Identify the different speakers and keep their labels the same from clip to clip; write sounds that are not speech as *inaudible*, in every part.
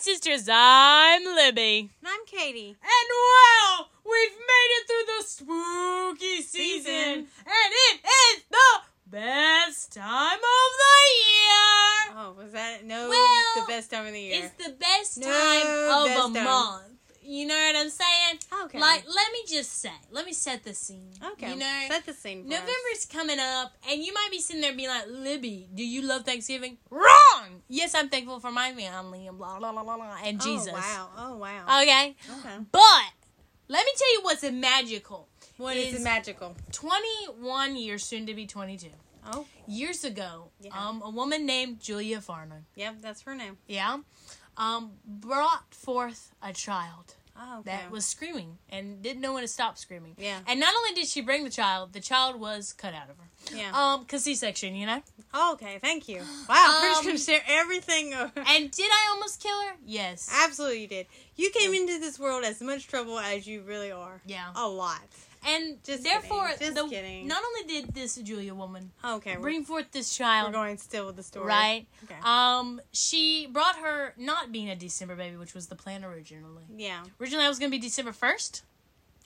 Speaker 1: Sisters. I'm Libby.
Speaker 2: And I'm Katie.
Speaker 1: And well, we've made it through the spooky season,
Speaker 2: Season.
Speaker 1: and it is the best time of the year.
Speaker 2: Oh, was that no
Speaker 1: Well,
Speaker 2: the best time of the year?
Speaker 1: It's the best
Speaker 2: No,
Speaker 1: time of
Speaker 2: best
Speaker 1: a
Speaker 2: time.
Speaker 1: month. You know what I'm saying?
Speaker 2: okay.
Speaker 1: Like, let me just say, let me set the scene.
Speaker 2: okay.
Speaker 1: You know,
Speaker 2: set the scene. For us.
Speaker 1: November's coming up, and you might be sitting there being like, Libby, do you love Thanksgiving? Wrong! Yes, I'm thankful for my family and blah, blah, blah, blah, blah, and Jesus. Uh,
Speaker 2: Oh wow. Oh wow.
Speaker 1: Okay?
Speaker 2: okay.
Speaker 1: But let me tell you what's magical.
Speaker 2: What is
Speaker 1: is-
Speaker 2: magical?
Speaker 1: 21 years, soon to be 22.
Speaker 2: Oh,
Speaker 1: Years ago,
Speaker 2: Yeah.
Speaker 1: um, a woman named Julia Farnon,
Speaker 2: yep. That's her name.
Speaker 1: yeah, um, brought forth a child
Speaker 2: Oh, okay.
Speaker 1: that was screaming and didn't know when to stop screaming. *laughs*
Speaker 2: Yeah.
Speaker 1: And not only did she bring the child, the child was cut out of her.
Speaker 2: Yeah.
Speaker 1: Um, cause C-section, you know.
Speaker 2: oh, okay. Thank you. Wow.
Speaker 1: Um,
Speaker 2: Chris can share everything. *laughs* over.
Speaker 1: And did I almost kill her? Yes.
Speaker 2: Absolutely, you did. You came into this world as much trouble as you really are.
Speaker 1: yeah.
Speaker 2: A lot.
Speaker 1: And
Speaker 2: Oh, Just
Speaker 1: therefore,
Speaker 2: kidding, just
Speaker 1: the,
Speaker 2: kidding.
Speaker 1: not only did this Julia woman
Speaker 2: Okay. We're,
Speaker 1: bring forth this
Speaker 2: we're
Speaker 1: child,
Speaker 2: going still with the story.
Speaker 1: right?
Speaker 2: Okay.
Speaker 1: Um, she brought her not being a December baby, which was the plan originally.
Speaker 2: yeah.
Speaker 1: Originally, I was gonna be December first.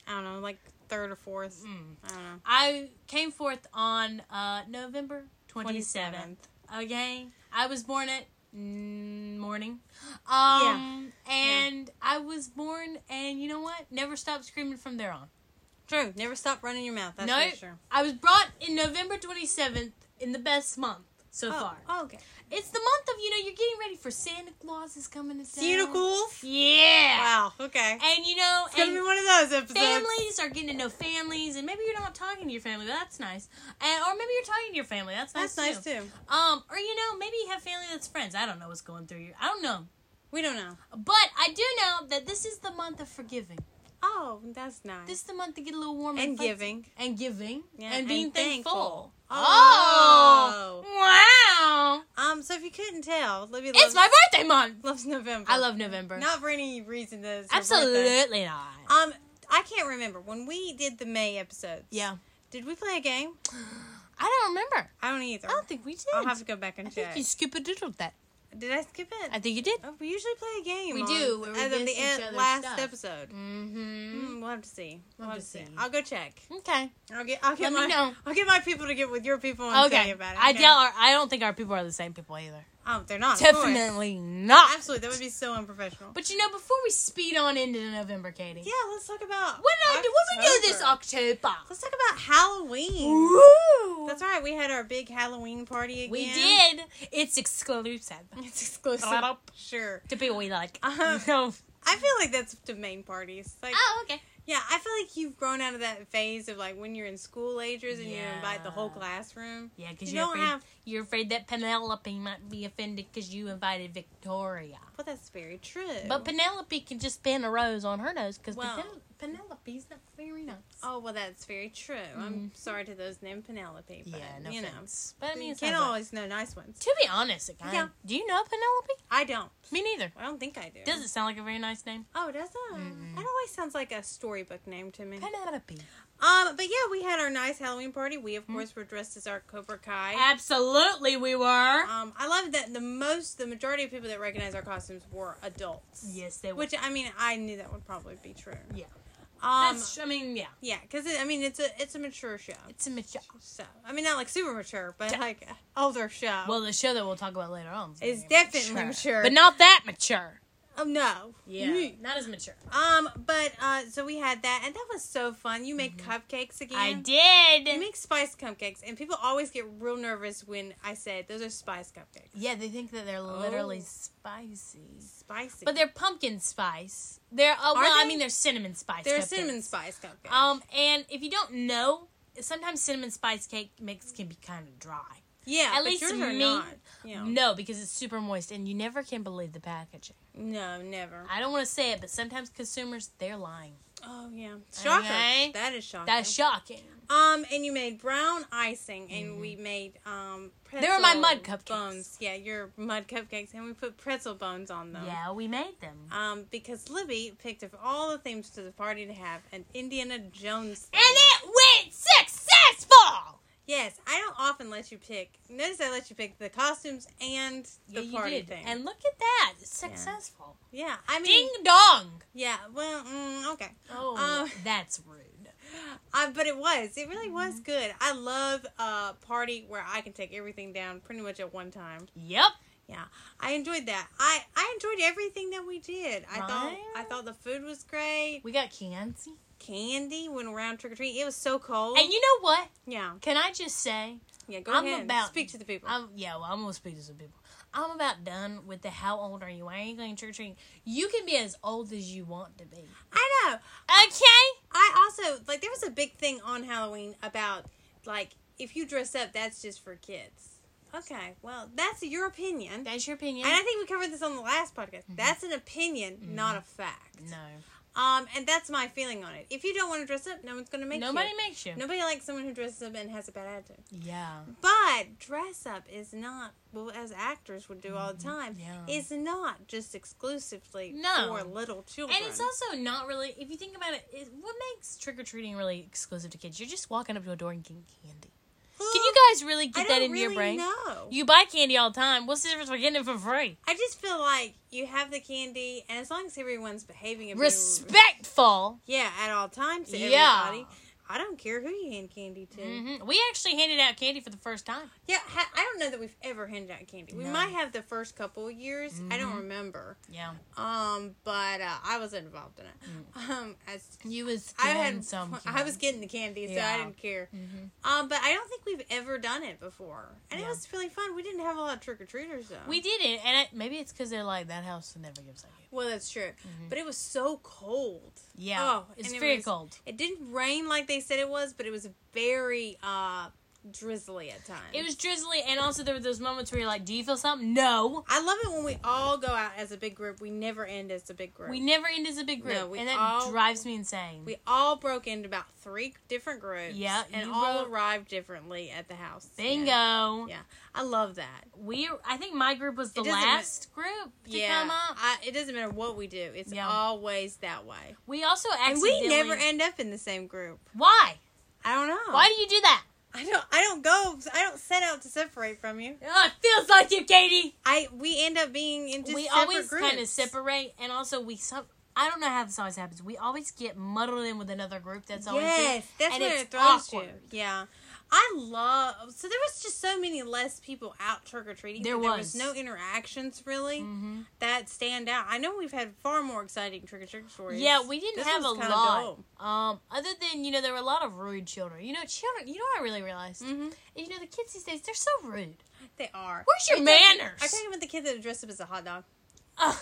Speaker 2: I don't know. Like third or fourth.
Speaker 1: Mm.
Speaker 2: I don't know.
Speaker 1: I came forth on uh November twenty seventh.
Speaker 2: 27th.
Speaker 1: Okay, I was born at mm, morning. Um, and I was born, and you know what? Never stopped screaming from there on.
Speaker 2: True. Never stop running your mouth. That's
Speaker 1: No.
Speaker 2: for sure.
Speaker 1: I was brought in November 27th in the best month so far.
Speaker 2: Oh, okay.
Speaker 1: It's the month of, you know, you're getting ready for Santa Claus is coming to town.
Speaker 2: Cuticles.
Speaker 1: Yeah.
Speaker 2: Wow. Okay.
Speaker 1: And, you know,
Speaker 2: It's gonna be
Speaker 1: and
Speaker 2: one of those episodes.
Speaker 1: families are getting to know families, and maybe you're not talking to your family, but that's nice. And, or maybe you're talking to your family, that's nice
Speaker 2: That's nice too.
Speaker 1: Um, or, you know, maybe you have family that's friends. I don't know what's going through you. I don't know.
Speaker 2: We don't know.
Speaker 1: But I do know that this is the month of forgiving.
Speaker 2: Oh, that's nice.
Speaker 1: This is the month to get a little warm
Speaker 2: and
Speaker 1: fuzzy.
Speaker 2: giving.
Speaker 1: and giving
Speaker 2: Yeah,
Speaker 1: and being
Speaker 2: and
Speaker 1: thankful.
Speaker 2: thankful.
Speaker 1: Oh. wow!
Speaker 2: Um, so if you couldn't tell, Libby loves,
Speaker 1: It's my birthday month.
Speaker 2: *laughs* loves November.
Speaker 1: I love November.
Speaker 2: Not for any reason that it's your birthday.
Speaker 1: Absolutely not.
Speaker 2: Um, I can't remember when we did the May episodes.
Speaker 1: Yeah,
Speaker 2: Did we play a game?
Speaker 1: I don't remember.
Speaker 2: I don't either.
Speaker 1: I don't think we did.
Speaker 2: I'll have to go back
Speaker 1: Oh, I
Speaker 2: and
Speaker 1: think
Speaker 2: check.
Speaker 1: you skip a doodle that.
Speaker 2: Did I skip it?
Speaker 1: I think you did.
Speaker 2: oh, we usually play a game.
Speaker 1: We
Speaker 2: on-
Speaker 1: do, where we
Speaker 2: as of
Speaker 1: guess
Speaker 2: the
Speaker 1: each
Speaker 2: end-
Speaker 1: other's
Speaker 2: last
Speaker 1: stuff.
Speaker 2: episode.
Speaker 1: Mm-hmm.
Speaker 2: Mm, we'll have to see. We'll have to see.
Speaker 1: see.
Speaker 2: I'll go check.
Speaker 1: Okay.
Speaker 2: I'll get. I'll get
Speaker 1: Let
Speaker 2: my.
Speaker 1: me know.
Speaker 2: I'll get my people to get with your people and tell
Speaker 1: okay.
Speaker 2: you about it.
Speaker 1: I
Speaker 2: okay?
Speaker 1: doubt. Our, I don't think our people are the same people either.
Speaker 2: Oh, they're not. of course.
Speaker 1: Definitely not.
Speaker 2: Absolutely, that would be so unprofessional.
Speaker 1: But you know, before we speed on into November, Katie.
Speaker 2: yeah, let's talk about.
Speaker 1: What did I do? What we do this
Speaker 2: October.
Speaker 1: October?
Speaker 2: Let's talk about Halloween.
Speaker 1: Ooh.
Speaker 2: That's right. We had our big Halloween party again.
Speaker 1: We did. It's exclusive
Speaker 2: It's exclusive.
Speaker 1: Blah-blah.
Speaker 2: Sure.
Speaker 1: to people we like.
Speaker 2: Uh-huh.
Speaker 1: *laughs* No.
Speaker 2: *laughs* I feel like that's the main parties. Like,
Speaker 1: oh, okay.
Speaker 2: yeah, I feel like you've grown out of that phase of like when you're in school ages and you
Speaker 1: Yeah.
Speaker 2: invite the whole classroom.
Speaker 1: Yeah, because
Speaker 2: You
Speaker 1: you are
Speaker 2: don't
Speaker 1: afraid,
Speaker 2: have.
Speaker 1: you're afraid that Penelope might be offended because you invited Victoria.
Speaker 2: Well, that's very true.
Speaker 1: But Penelope can just pin a rose on her nose because
Speaker 2: Well-
Speaker 1: Penelope's not very nice.
Speaker 2: oh well, that's very true. I'm sorry to those named Penelope, but
Speaker 1: Mm-hmm. yeah, no
Speaker 2: you know,
Speaker 1: offense. But I mean,
Speaker 2: you
Speaker 1: it's
Speaker 2: can't
Speaker 1: not
Speaker 2: always know nice ones.
Speaker 1: To be honest, it kinda-
Speaker 2: Yeah.
Speaker 1: Do you know Penelope?
Speaker 2: I don't.
Speaker 1: Me neither.
Speaker 2: I don't think I do.
Speaker 1: Doesn't sound like a very nice name.
Speaker 2: Oh, does it?
Speaker 1: Mm-mm.
Speaker 2: That always sounds like a storybook name to me.
Speaker 1: Penelope.
Speaker 2: Um, but yeah, we had our nice Halloween party. We
Speaker 1: Mm-hmm.
Speaker 2: of course were dressed as our Cobra Kai.
Speaker 1: Absolutely, we were.
Speaker 2: Um, I love that the most, the majority of people that recognize our costumes were adults.
Speaker 1: yes, they were.
Speaker 2: Which I mean, I knew that would probably be true.
Speaker 1: Yeah.
Speaker 2: Um,
Speaker 1: That's, I mean, yeah.
Speaker 2: yeah, because I mean, it's a it's a mature show.
Speaker 1: It's a mature.
Speaker 2: So I mean, not like super mature, but
Speaker 1: Yeah.
Speaker 2: like older show.
Speaker 1: Well, the show that we'll talk about later on
Speaker 2: It's
Speaker 1: very
Speaker 2: definitely mature.
Speaker 1: but not that mature.
Speaker 2: oh no. Mm.
Speaker 1: not as mature.
Speaker 2: Um, but uh, so we had that, and that was so fun. You made cupcakes again.
Speaker 1: I did.
Speaker 2: You make spice cupcakes, and people always get real nervous when I say those are spice cupcakes.
Speaker 1: yeah, they think that they're literally
Speaker 2: Oh.
Speaker 1: spicy,
Speaker 2: Spicy,
Speaker 1: but they're pumpkin spice. They're uh, well, I
Speaker 2: they?
Speaker 1: mean, they're cinnamon spice.
Speaker 2: they're
Speaker 1: cupcakes.
Speaker 2: cinnamon spice cupcakes. Oh,
Speaker 1: Um, and if you don't know, sometimes cinnamon spice cake mix can be kind of dry.
Speaker 2: yeah,
Speaker 1: at
Speaker 2: but
Speaker 1: least
Speaker 2: yours are
Speaker 1: me-
Speaker 2: not. Yeah.
Speaker 1: No, because it's super moist, and you never can believe the packaging.
Speaker 2: No, never.
Speaker 1: I don't want to say it, but sometimes consumers they're lying.
Speaker 2: Oh yeah, shocker.
Speaker 1: Okay.
Speaker 2: That is shocking.
Speaker 1: That's shocking.
Speaker 2: um, and you made brown icing, and we made um. Pretzel
Speaker 1: They were my mud cupcakes.
Speaker 2: Bones. Yeah, your mud cupcakes, and we put pretzel bones on them.
Speaker 1: Yeah, we made them.
Speaker 2: Um, because Libby picked of all the themes to the party to have an Indiana Jones.
Speaker 1: and it went successful.
Speaker 2: Yes, I don't often let you pick. Notice I let you pick the costumes and the
Speaker 1: yeah,
Speaker 2: party
Speaker 1: you did.
Speaker 2: thing.
Speaker 1: And look at that. It's successful.
Speaker 2: yeah, I mean,
Speaker 1: Ding dong.
Speaker 2: yeah. Well, mm, okay.
Speaker 1: Oh,
Speaker 2: Um,
Speaker 1: that's rude.
Speaker 2: Uh, but it was. It really
Speaker 1: Mm-hmm.
Speaker 2: was good. I love a party where I can take everything down pretty much at one time.
Speaker 1: Yep.
Speaker 2: Yeah, I enjoyed that. I I enjoyed everything that we did. I thought
Speaker 1: Right?
Speaker 2: I thought the food was great.
Speaker 1: We got Kianzi.
Speaker 2: Candy went around trick or treat. It was so cold.
Speaker 1: And you know what?
Speaker 2: yeah,
Speaker 1: Can I just say,
Speaker 2: yeah. Go
Speaker 1: I'm
Speaker 2: ahead.
Speaker 1: about-
Speaker 2: Speak to the people.
Speaker 1: I'm, yeah, well, I'm gonna speak to some people. I'm about done with the how old are you? Why are you going trick or treating? You can be as old as you want to be.
Speaker 2: I know.
Speaker 1: Okay.
Speaker 2: I also like there was a big thing on Halloween about like if you dress up, that's just for kids. Okay, well that's your opinion,
Speaker 1: That's your opinion.
Speaker 2: and I think we covered this on the last podcast. That's an opinion, not a fact.
Speaker 1: Mm-hmm. no.
Speaker 2: Um, and that's my feeling on it. If you don't want to dress up, no one's going to make
Speaker 1: Nobody
Speaker 2: you.
Speaker 1: makes you.
Speaker 2: Nobody likes someone who dresses up and has a bad attitude.
Speaker 1: Yeah.
Speaker 2: But dress up is not well as actors would do all the time.
Speaker 1: Mm-hmm. Yeah.
Speaker 2: It's not just exclusively
Speaker 1: No.
Speaker 2: for little children.
Speaker 1: And it's also not really, if you think about it, it what makes trick or treating really exclusive to kids? You're just walking up to a door and getting candy. Can you guys really
Speaker 2: I
Speaker 1: get that
Speaker 2: don't
Speaker 1: into your
Speaker 2: really
Speaker 1: brain?
Speaker 2: know.
Speaker 1: You buy candy all the time. What's the difference between getting it for free?
Speaker 2: I just feel like you have the candy, and as long as everyone's behaving, and being-
Speaker 1: Respectful.
Speaker 2: yeah, at all times to
Speaker 1: Yeah.
Speaker 2: everybody. I don't care who you hand candy to.
Speaker 1: hmm We actually handed out candy for the first time.
Speaker 2: Yeah, ha- I don't know that we've ever handed out candy.
Speaker 1: No.
Speaker 2: We
Speaker 1: Mm-hmm.
Speaker 2: might have the first couple of years. I don't remember.
Speaker 1: Yeah.
Speaker 2: Um, but uh, I was involved in it. *laughs* Um, as
Speaker 1: You was
Speaker 2: I
Speaker 1: Mm. getting
Speaker 2: had,
Speaker 1: some. Mm-hmm.
Speaker 2: I was getting the candy, so I
Speaker 1: Yeah.
Speaker 2: didn't care. Um, but I don't think we've ever done it before, and
Speaker 1: Yeah.
Speaker 2: it was really fun. We didn't have a lot of trick or treaters though.
Speaker 1: We did it, and I, maybe it's because they're like that house never gives up.
Speaker 2: well, that's true,
Speaker 1: Mm-hmm.
Speaker 2: but it was so cold.
Speaker 1: Yeah.
Speaker 2: Oh,
Speaker 1: it's
Speaker 2: and it
Speaker 1: very
Speaker 2: was-
Speaker 1: cold.
Speaker 2: It didn't rain like they said it was, but it was very uh drizzly at times.
Speaker 1: It was drizzly, and also there were those moments where you're like, "Do you feel something?" No.
Speaker 2: I love it when we all go out as a big group. We never end as a big group.
Speaker 1: We never end as a big group,
Speaker 2: No, we
Speaker 1: and that
Speaker 2: all-
Speaker 1: drives me insane.
Speaker 2: We all broke into about three different groups.
Speaker 1: Yeah,
Speaker 2: and
Speaker 1: you
Speaker 2: all
Speaker 1: broke-
Speaker 2: arrived differently at the house.
Speaker 1: Bingo.
Speaker 2: Yeah, Yeah. I love that.
Speaker 1: We, I think my group was the
Speaker 2: It doesn't ma-
Speaker 1: last group to
Speaker 2: yeah,
Speaker 1: come up.
Speaker 2: I, it doesn't matter what we do; it's
Speaker 1: Yeah.
Speaker 2: always that way.
Speaker 1: We also
Speaker 2: And we
Speaker 1: accidentally.
Speaker 2: never end up in the same group.
Speaker 1: Why?
Speaker 2: I don't know.
Speaker 1: Why do you do that?
Speaker 2: I don't. I don't go. I don't set out to separate from you.
Speaker 1: Oh, it feels like you, Katie.
Speaker 2: I we end up being in just
Speaker 1: we
Speaker 2: separate
Speaker 1: always
Speaker 2: groups.
Speaker 1: kind of separate, and also we some. I don't know how this always happens. We always get muddled in with another group that's always
Speaker 2: Yes, that's
Speaker 1: and
Speaker 2: where
Speaker 1: it's
Speaker 2: it throws
Speaker 1: awkward.
Speaker 2: you. Yeah. I love so there was just so many less people out trick or treating.
Speaker 1: There
Speaker 2: there
Speaker 1: was.
Speaker 2: was no interactions really
Speaker 1: hmm
Speaker 2: that stand out. I know we've had far more exciting trick or treat stories.
Speaker 1: Yeah, we didn't
Speaker 2: This
Speaker 1: have a
Speaker 2: one's kinda
Speaker 1: lot.
Speaker 2: dull.
Speaker 1: Um, other than you know, there were a lot of rude children. You know, children. You know, what I really realized.
Speaker 2: Mhm.
Speaker 1: You know, the kids these days they're so rude.
Speaker 2: They are.
Speaker 1: Where's your
Speaker 2: Are you
Speaker 1: manners?
Speaker 2: Talking, are you talking about the kid that was dressed up as a hot dog?
Speaker 1: *laughs*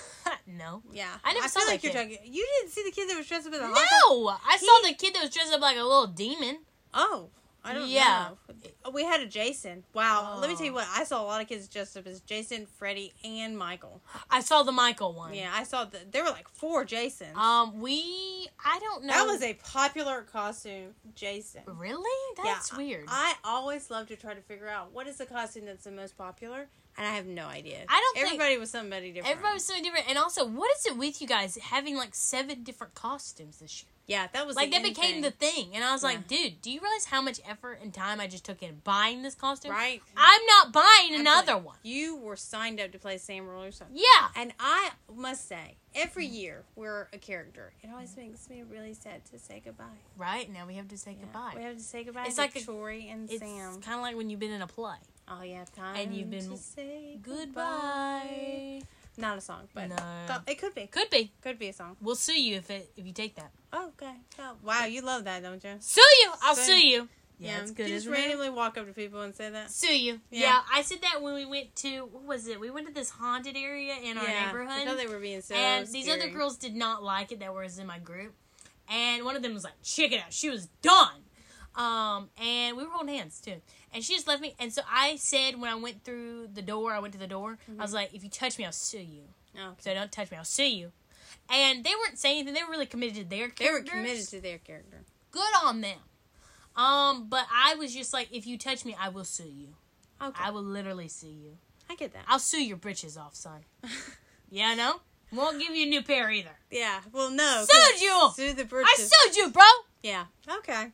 Speaker 1: no,
Speaker 2: Yeah,
Speaker 1: I never saw
Speaker 2: feel
Speaker 1: that
Speaker 2: like you're
Speaker 1: kid.
Speaker 2: talking. You didn't see the kid that was dressed up as a
Speaker 1: no.
Speaker 2: hot dog.
Speaker 1: I saw the kid that was dressed up like a little demon.
Speaker 2: Oh, I don't
Speaker 1: Yeah.
Speaker 2: know. Uh, We had a Jason. Wow. Let me
Speaker 1: Oh.
Speaker 2: tell you what. I saw a lot of kids dressed up as Jason, Freddy, and Michael.
Speaker 1: I saw the Michael one.
Speaker 2: Yeah, I saw the. There were like four Jasons.
Speaker 1: Um, we. I don't know.
Speaker 2: That was a popular costume, Jason.
Speaker 1: Really?
Speaker 2: Yeah,
Speaker 1: That's weird. I,
Speaker 2: I always love to try to figure out what is the costume that's the most popular, and I have no idea.
Speaker 1: I don't think-
Speaker 2: Everybody was somebody different.
Speaker 1: Everybody was so different. And also, what is it with you guys having like seven different costumes this year?
Speaker 2: yeah, that was
Speaker 1: Like
Speaker 2: the
Speaker 1: that
Speaker 2: in
Speaker 1: became the
Speaker 2: thing.
Speaker 1: thing. And I was like, dude, do you realize how much effort and time I just took in buying this costume?
Speaker 2: right.
Speaker 1: I'm not buying
Speaker 2: Absolutely.
Speaker 1: another one.
Speaker 2: You were signed up to play Sam Russo.
Speaker 1: Yeah.
Speaker 2: And I must say, every year we're a character. It always makes me really sad to say goodbye.
Speaker 1: Right now we have to say
Speaker 2: Yeah,
Speaker 1: goodbye.
Speaker 2: We have to say goodbye
Speaker 1: It's
Speaker 2: to
Speaker 1: like a-
Speaker 2: Tori and
Speaker 1: it's
Speaker 2: Sam.
Speaker 1: kind of like when you've been in a play.
Speaker 2: Oh yeah, time
Speaker 1: And you've been-
Speaker 2: to say goodbye.
Speaker 1: Goodbye.
Speaker 2: Not a song, but
Speaker 1: No.
Speaker 2: th- it could be.
Speaker 1: Could be.
Speaker 2: Could be a song.
Speaker 1: We'll sue you if it if you take that.
Speaker 2: Okay. Oh, wow, you love that, don't you?
Speaker 1: Sue you. I'll
Speaker 2: Sue.
Speaker 1: sue you. Yeah, it's
Speaker 2: you
Speaker 1: good.
Speaker 2: just
Speaker 1: isn't it?
Speaker 2: randomly walk up to people and say that.
Speaker 1: Sue you.
Speaker 2: Yeah.
Speaker 1: Yeah. I said that when we went to what was it? We went to this haunted area in our
Speaker 2: yeah, I thought
Speaker 1: neighborhood,
Speaker 2: they were being so.
Speaker 1: and these other
Speaker 2: scary.
Speaker 1: girls did not like it that was in my group, and one of them was like, "Check it out," she was done. Um, and we were holding hands too, and she just left me. And so I said when I went through the door, I went to the door. I
Speaker 2: Mm-hmm.
Speaker 1: was like, "If you touch me, I'll sue you."
Speaker 2: Oh, okay.
Speaker 1: So don't touch me, I'll sue you. And they weren't saying anything. They were really committed to their
Speaker 2: they were
Speaker 1: characters.
Speaker 2: committed to their character.
Speaker 1: Good on them. Um, but I was just like, if you touch me, I will sue you.
Speaker 2: Okay,
Speaker 1: I will literally sue you.
Speaker 2: I get that.
Speaker 1: I'll sue your britches off, son. Yeah, no? Won't give you a new pair either.
Speaker 2: *laughs* yeah. Well, no.
Speaker 1: Sued
Speaker 2: 'cause
Speaker 1: you!
Speaker 2: Sue the
Speaker 1: I
Speaker 2: bridges.
Speaker 1: sued you, bro!
Speaker 2: yeah. Okay. I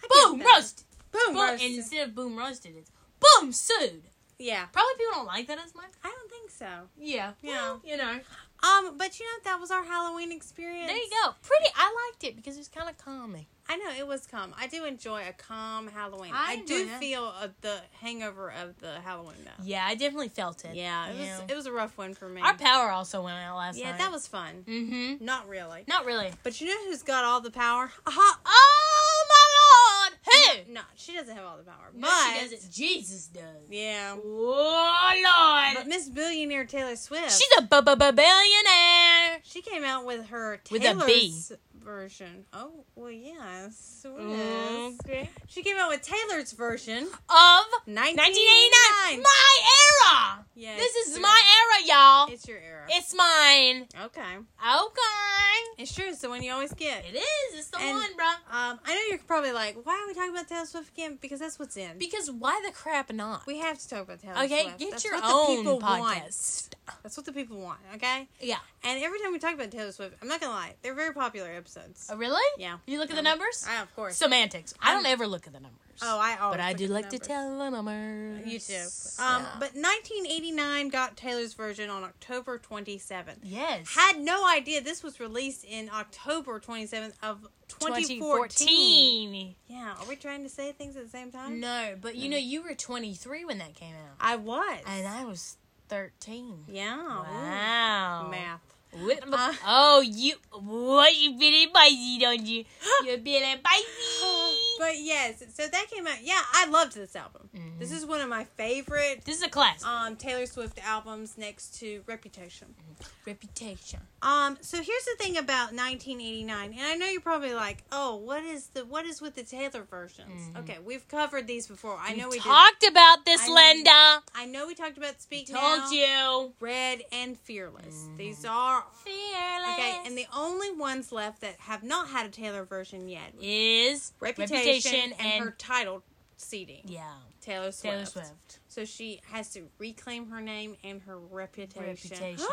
Speaker 2: get
Speaker 1: Boom! *laughs*
Speaker 2: that.
Speaker 1: Roast!
Speaker 2: Boom.
Speaker 1: Boom, and
Speaker 2: roasted.
Speaker 1: instead of boom roasted, it's boom sued.
Speaker 2: yeah.
Speaker 1: Probably people don't like that as much.
Speaker 2: I don't think so.
Speaker 1: Yeah, well, you know.
Speaker 2: Um, but you know that was our Halloween experience.
Speaker 1: There you go. Pretty. I liked it because it's kind of calming.
Speaker 2: I know it was calm. I do enjoy a calm Halloween.
Speaker 1: I
Speaker 2: I, do
Speaker 1: enjoy that.
Speaker 2: feel uh, the hangover of the Halloween though.
Speaker 1: Yeah, I definitely felt it.
Speaker 2: Yeah, it was
Speaker 1: Yeah.
Speaker 2: it was a rough one for me.
Speaker 1: Our power also went out last
Speaker 2: yeah,
Speaker 1: night.
Speaker 2: that was fun.
Speaker 1: Mm-hmm.
Speaker 2: Not really.
Speaker 1: Not really.
Speaker 2: But you know who's got all the power? Aha!
Speaker 1: Oh my Lord! Who?
Speaker 2: No, she doesn't have all the power. But
Speaker 1: No, she doesn't. Jesus does.
Speaker 2: yeah.
Speaker 1: Oh Lord!
Speaker 2: But Miss Billionaire Taylor Swift,
Speaker 1: She's a bu- bu- bu- billionaire.
Speaker 2: she came out with her
Speaker 1: With a
Speaker 2: Taylor's
Speaker 1: B.
Speaker 2: version. Oh well, yes. yes.
Speaker 1: Okay.
Speaker 2: She came out with Taylor's version.
Speaker 1: Of
Speaker 2: 1989.
Speaker 1: 1989, my era.
Speaker 2: Yeah,
Speaker 1: This
Speaker 2: it's
Speaker 1: is
Speaker 2: your-
Speaker 1: my era, y'all.
Speaker 2: It's your era.
Speaker 1: It's mine.
Speaker 2: okay.
Speaker 1: Okay.
Speaker 2: It's true. It's the one you always get.
Speaker 1: It is. It's the
Speaker 2: And-
Speaker 1: one, bruh.
Speaker 2: Um, I know you're probably like, why are we talking about Taylor Swift again? Because that's what's in.
Speaker 1: Because why the crap not?
Speaker 2: we have to talk about Taylor
Speaker 1: Okay,
Speaker 2: Swift.
Speaker 1: get
Speaker 2: That's
Speaker 1: your
Speaker 2: what the
Speaker 1: own
Speaker 2: people Want.
Speaker 1: podcast.
Speaker 2: That's what the people want. Okay.
Speaker 1: Yeah.
Speaker 2: And every time we talk about Taylor Swift, I'm not gonna lie, they're very popular episodes.
Speaker 1: Oh, really?
Speaker 2: Yeah.
Speaker 1: You look at the
Speaker 2: Um,
Speaker 1: numbers?
Speaker 2: I, of course.
Speaker 1: Semantics. I don't ever look at the numbers.
Speaker 2: oh, I always.
Speaker 1: But I
Speaker 2: look
Speaker 1: do
Speaker 2: at the
Speaker 1: like to
Speaker 2: numbers.
Speaker 1: tell the numbers.
Speaker 2: You too. Um,
Speaker 1: Yeah.
Speaker 2: but 1989 got Taylor's version on October 27th.
Speaker 1: yes.
Speaker 2: Had no idea this was released in October 27th of 2014.
Speaker 1: 2014.
Speaker 2: Yeah, are we trying to say things at the same time?
Speaker 1: No, but you know,
Speaker 2: Mm.
Speaker 1: you were 23 when that came out.
Speaker 2: I was.
Speaker 1: And I was 13.
Speaker 2: Yeah. ooh,
Speaker 1: Wow.
Speaker 2: Math.
Speaker 1: What-
Speaker 2: Uh.
Speaker 1: oh, you. What? You feeling spicy, don't
Speaker 2: *gasps*
Speaker 1: you? You're feeling
Speaker 2: *laughs*
Speaker 1: spicy.
Speaker 2: But yes, so that came out. Yeah, I loved this album.
Speaker 1: Mm-hmm.
Speaker 2: This is one of my favorite
Speaker 1: This is a class.
Speaker 2: um, Taylor Swift albums next to Reputation.
Speaker 1: Reputation.
Speaker 2: Um, so here's the thing about 1989, and I know you're probably like, "Oh, what is the what is with the Taylor versions?" Okay, we've covered these before. I know we did.
Speaker 1: Mm-hmm. talked about this,
Speaker 2: I know-
Speaker 1: Linda.
Speaker 2: I know we talked about Speak Now,
Speaker 1: Told you. Mm-hmm.
Speaker 2: Red, and Fearless. These are
Speaker 1: Fearless.
Speaker 2: okay, and the only ones left that have not had a Taylor version yet:
Speaker 1: is
Speaker 2: Reputation, and, her title CD,
Speaker 1: yeah,
Speaker 2: Taylor Swift.
Speaker 1: Taylor Swift.
Speaker 2: So she has to reclaim her name and her reputation.
Speaker 1: Reputation.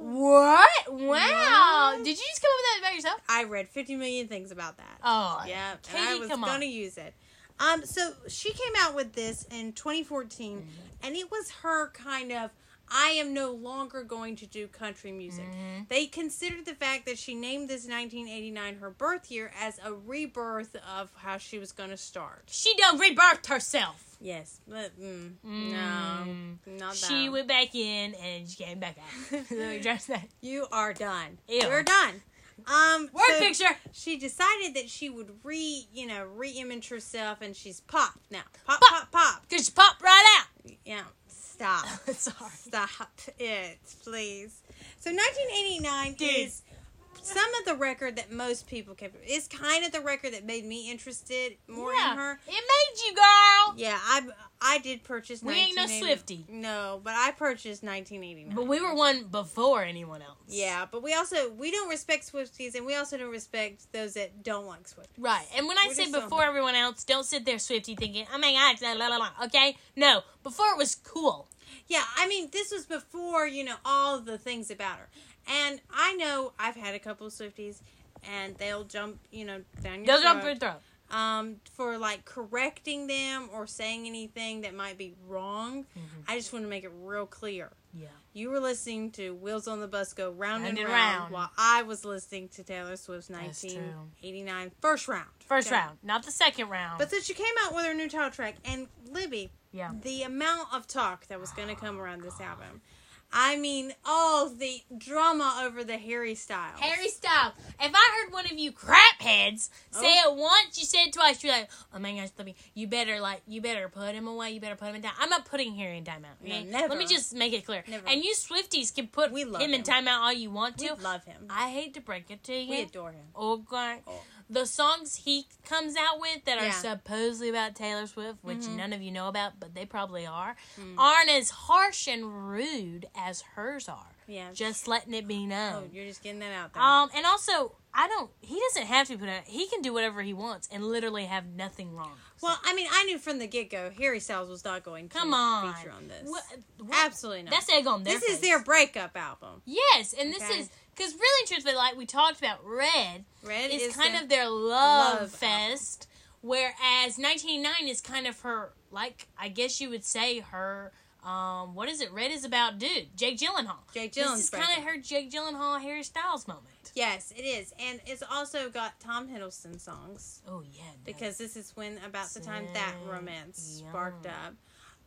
Speaker 2: what?
Speaker 1: Wow!
Speaker 2: What?
Speaker 1: Did you just come up with that by yourself?
Speaker 2: *gasps* I read 50 million things about that.
Speaker 1: Oh,
Speaker 2: Yeah, and
Speaker 1: Katie,
Speaker 2: I was
Speaker 1: come on.
Speaker 2: gonna use it. Um, so she came out with this in 2014,
Speaker 1: Mm-hmm.
Speaker 2: and it was her kind of. I am no longer going to do country music.
Speaker 1: Mm. Mm-hmm.
Speaker 2: They considered the fact that she named this 1989 her birth year as a rebirth of how she was going to start.
Speaker 1: She done rebirthed herself.
Speaker 2: Yes, but mm,
Speaker 1: Mm.
Speaker 2: no, not that.
Speaker 1: She went back in and she came back
Speaker 2: *laughs*
Speaker 1: out. Let *laughs* me dress that.
Speaker 2: You are done.
Speaker 1: Ew.
Speaker 2: We're done. Um,
Speaker 1: Word *laughs*
Speaker 2: so-
Speaker 1: picture.
Speaker 2: she decided that she would re you know re-image herself and she's pop now pop pop
Speaker 1: Pop.
Speaker 2: pop
Speaker 1: Cause she popped right out.
Speaker 2: yeah
Speaker 1: *laughs*
Speaker 2: stop
Speaker 1: Sorry.
Speaker 2: stop it please so 1989
Speaker 1: Dude.
Speaker 2: is some of the record that most people kept It's kind of the record that made me interested more
Speaker 1: yeah.
Speaker 2: in her
Speaker 1: It made you, girl.
Speaker 2: yeah i i did purchase
Speaker 1: We ain't no
Speaker 2: 1980
Speaker 1: Swiftie.
Speaker 2: no but i purchased 1989
Speaker 1: But we were one before anyone else.
Speaker 2: yeah but we also we don't respect swifties and we also don't respect those that don't like swifties
Speaker 1: Right. And when I
Speaker 2: We're
Speaker 1: say
Speaker 2: just on
Speaker 1: before everyone else, don't sit there Swifty thinking, oh my god, la la la la. Okay? No. Before it was cool.
Speaker 2: Yeah, I mean, this was before, you know, all the things about her. And I know I've had a couple of Swifties, and they'll jump, you know, down your
Speaker 1: Those are
Speaker 2: throat,
Speaker 1: throat. throat.
Speaker 2: um, for like correcting them or saying anything that might be wrong.
Speaker 1: Mm-hmm.
Speaker 2: I just want to make it real clear.
Speaker 1: Yeah.
Speaker 2: You were listening to Wheels on the Bus go round,
Speaker 1: Round
Speaker 2: and,
Speaker 1: and
Speaker 2: round,
Speaker 1: round.
Speaker 2: while I was listening to Taylor Swift's
Speaker 1: That's true.
Speaker 2: 1989 first round.
Speaker 1: First
Speaker 2: Okay.
Speaker 1: round, not the second round.
Speaker 2: But then she came out with her new title track, and Libby,
Speaker 1: yeah.
Speaker 2: the amount of talk that was going to come around this album. I mean, all the drama over the Harry Styles.
Speaker 1: Harry Styles. If I heard one of you crap heads say
Speaker 2: Oh.
Speaker 1: it once, you said it twice, you're like, oh my gosh, let me, you better like, you better put him away, you better put him in time. I'm not putting Harry in timeout.
Speaker 2: No,
Speaker 1: Okay?
Speaker 2: never.
Speaker 1: Let me just make it clear.
Speaker 2: Never.
Speaker 1: And you Swifties can put
Speaker 2: We love
Speaker 1: him in
Speaker 2: him.
Speaker 1: timeout all you want
Speaker 2: We
Speaker 1: to.
Speaker 2: love him.
Speaker 1: I hate to break it to you.
Speaker 2: We adore him.
Speaker 1: Okay.
Speaker 2: Oh.
Speaker 1: The songs he comes out with that
Speaker 2: Yeah. Mm-hmm.
Speaker 1: are supposedly about Taylor Swift, which none of you know about, but they probably are,
Speaker 2: Mm.
Speaker 1: aren't as harsh and rude as hers are.
Speaker 2: Yeah.
Speaker 1: Just letting it be
Speaker 2: Oh,
Speaker 1: known.
Speaker 2: you're just getting that out there.
Speaker 1: Um, and also, I don't. He doesn't have to put out. He can do whatever he wants and literally have nothing wrong.
Speaker 2: well, I mean, I knew from the get go Harry Styles was not going to
Speaker 1: Come on,
Speaker 2: feature on this.
Speaker 1: What, what-
Speaker 2: Absolutely not.
Speaker 1: That's egg on their.
Speaker 2: this is
Speaker 1: face.
Speaker 2: their breakup album.
Speaker 1: Yes, and this
Speaker 2: Okay.
Speaker 1: is because really, and truthfully, like we talked about, Red
Speaker 2: Red
Speaker 1: is
Speaker 2: is
Speaker 1: kind
Speaker 2: their-
Speaker 1: of their love,
Speaker 2: love
Speaker 1: fest Whereas 1989 is kind of her, like, I guess you would say her, um, what is it? Red is about dude, Jake Gyllenhaal.
Speaker 2: Jake
Speaker 1: This
Speaker 2: Gyllenhaal's
Speaker 1: is kind of
Speaker 2: breakup.
Speaker 1: her Jake Gyllenhaal Harry Styles moment.
Speaker 2: Yes, it is, and it's also got Tom Hiddleston songs
Speaker 1: Oh yeah, it does.
Speaker 2: because this is when about the time that
Speaker 1: Sick.
Speaker 2: romance
Speaker 1: Yeah.
Speaker 2: sparked up.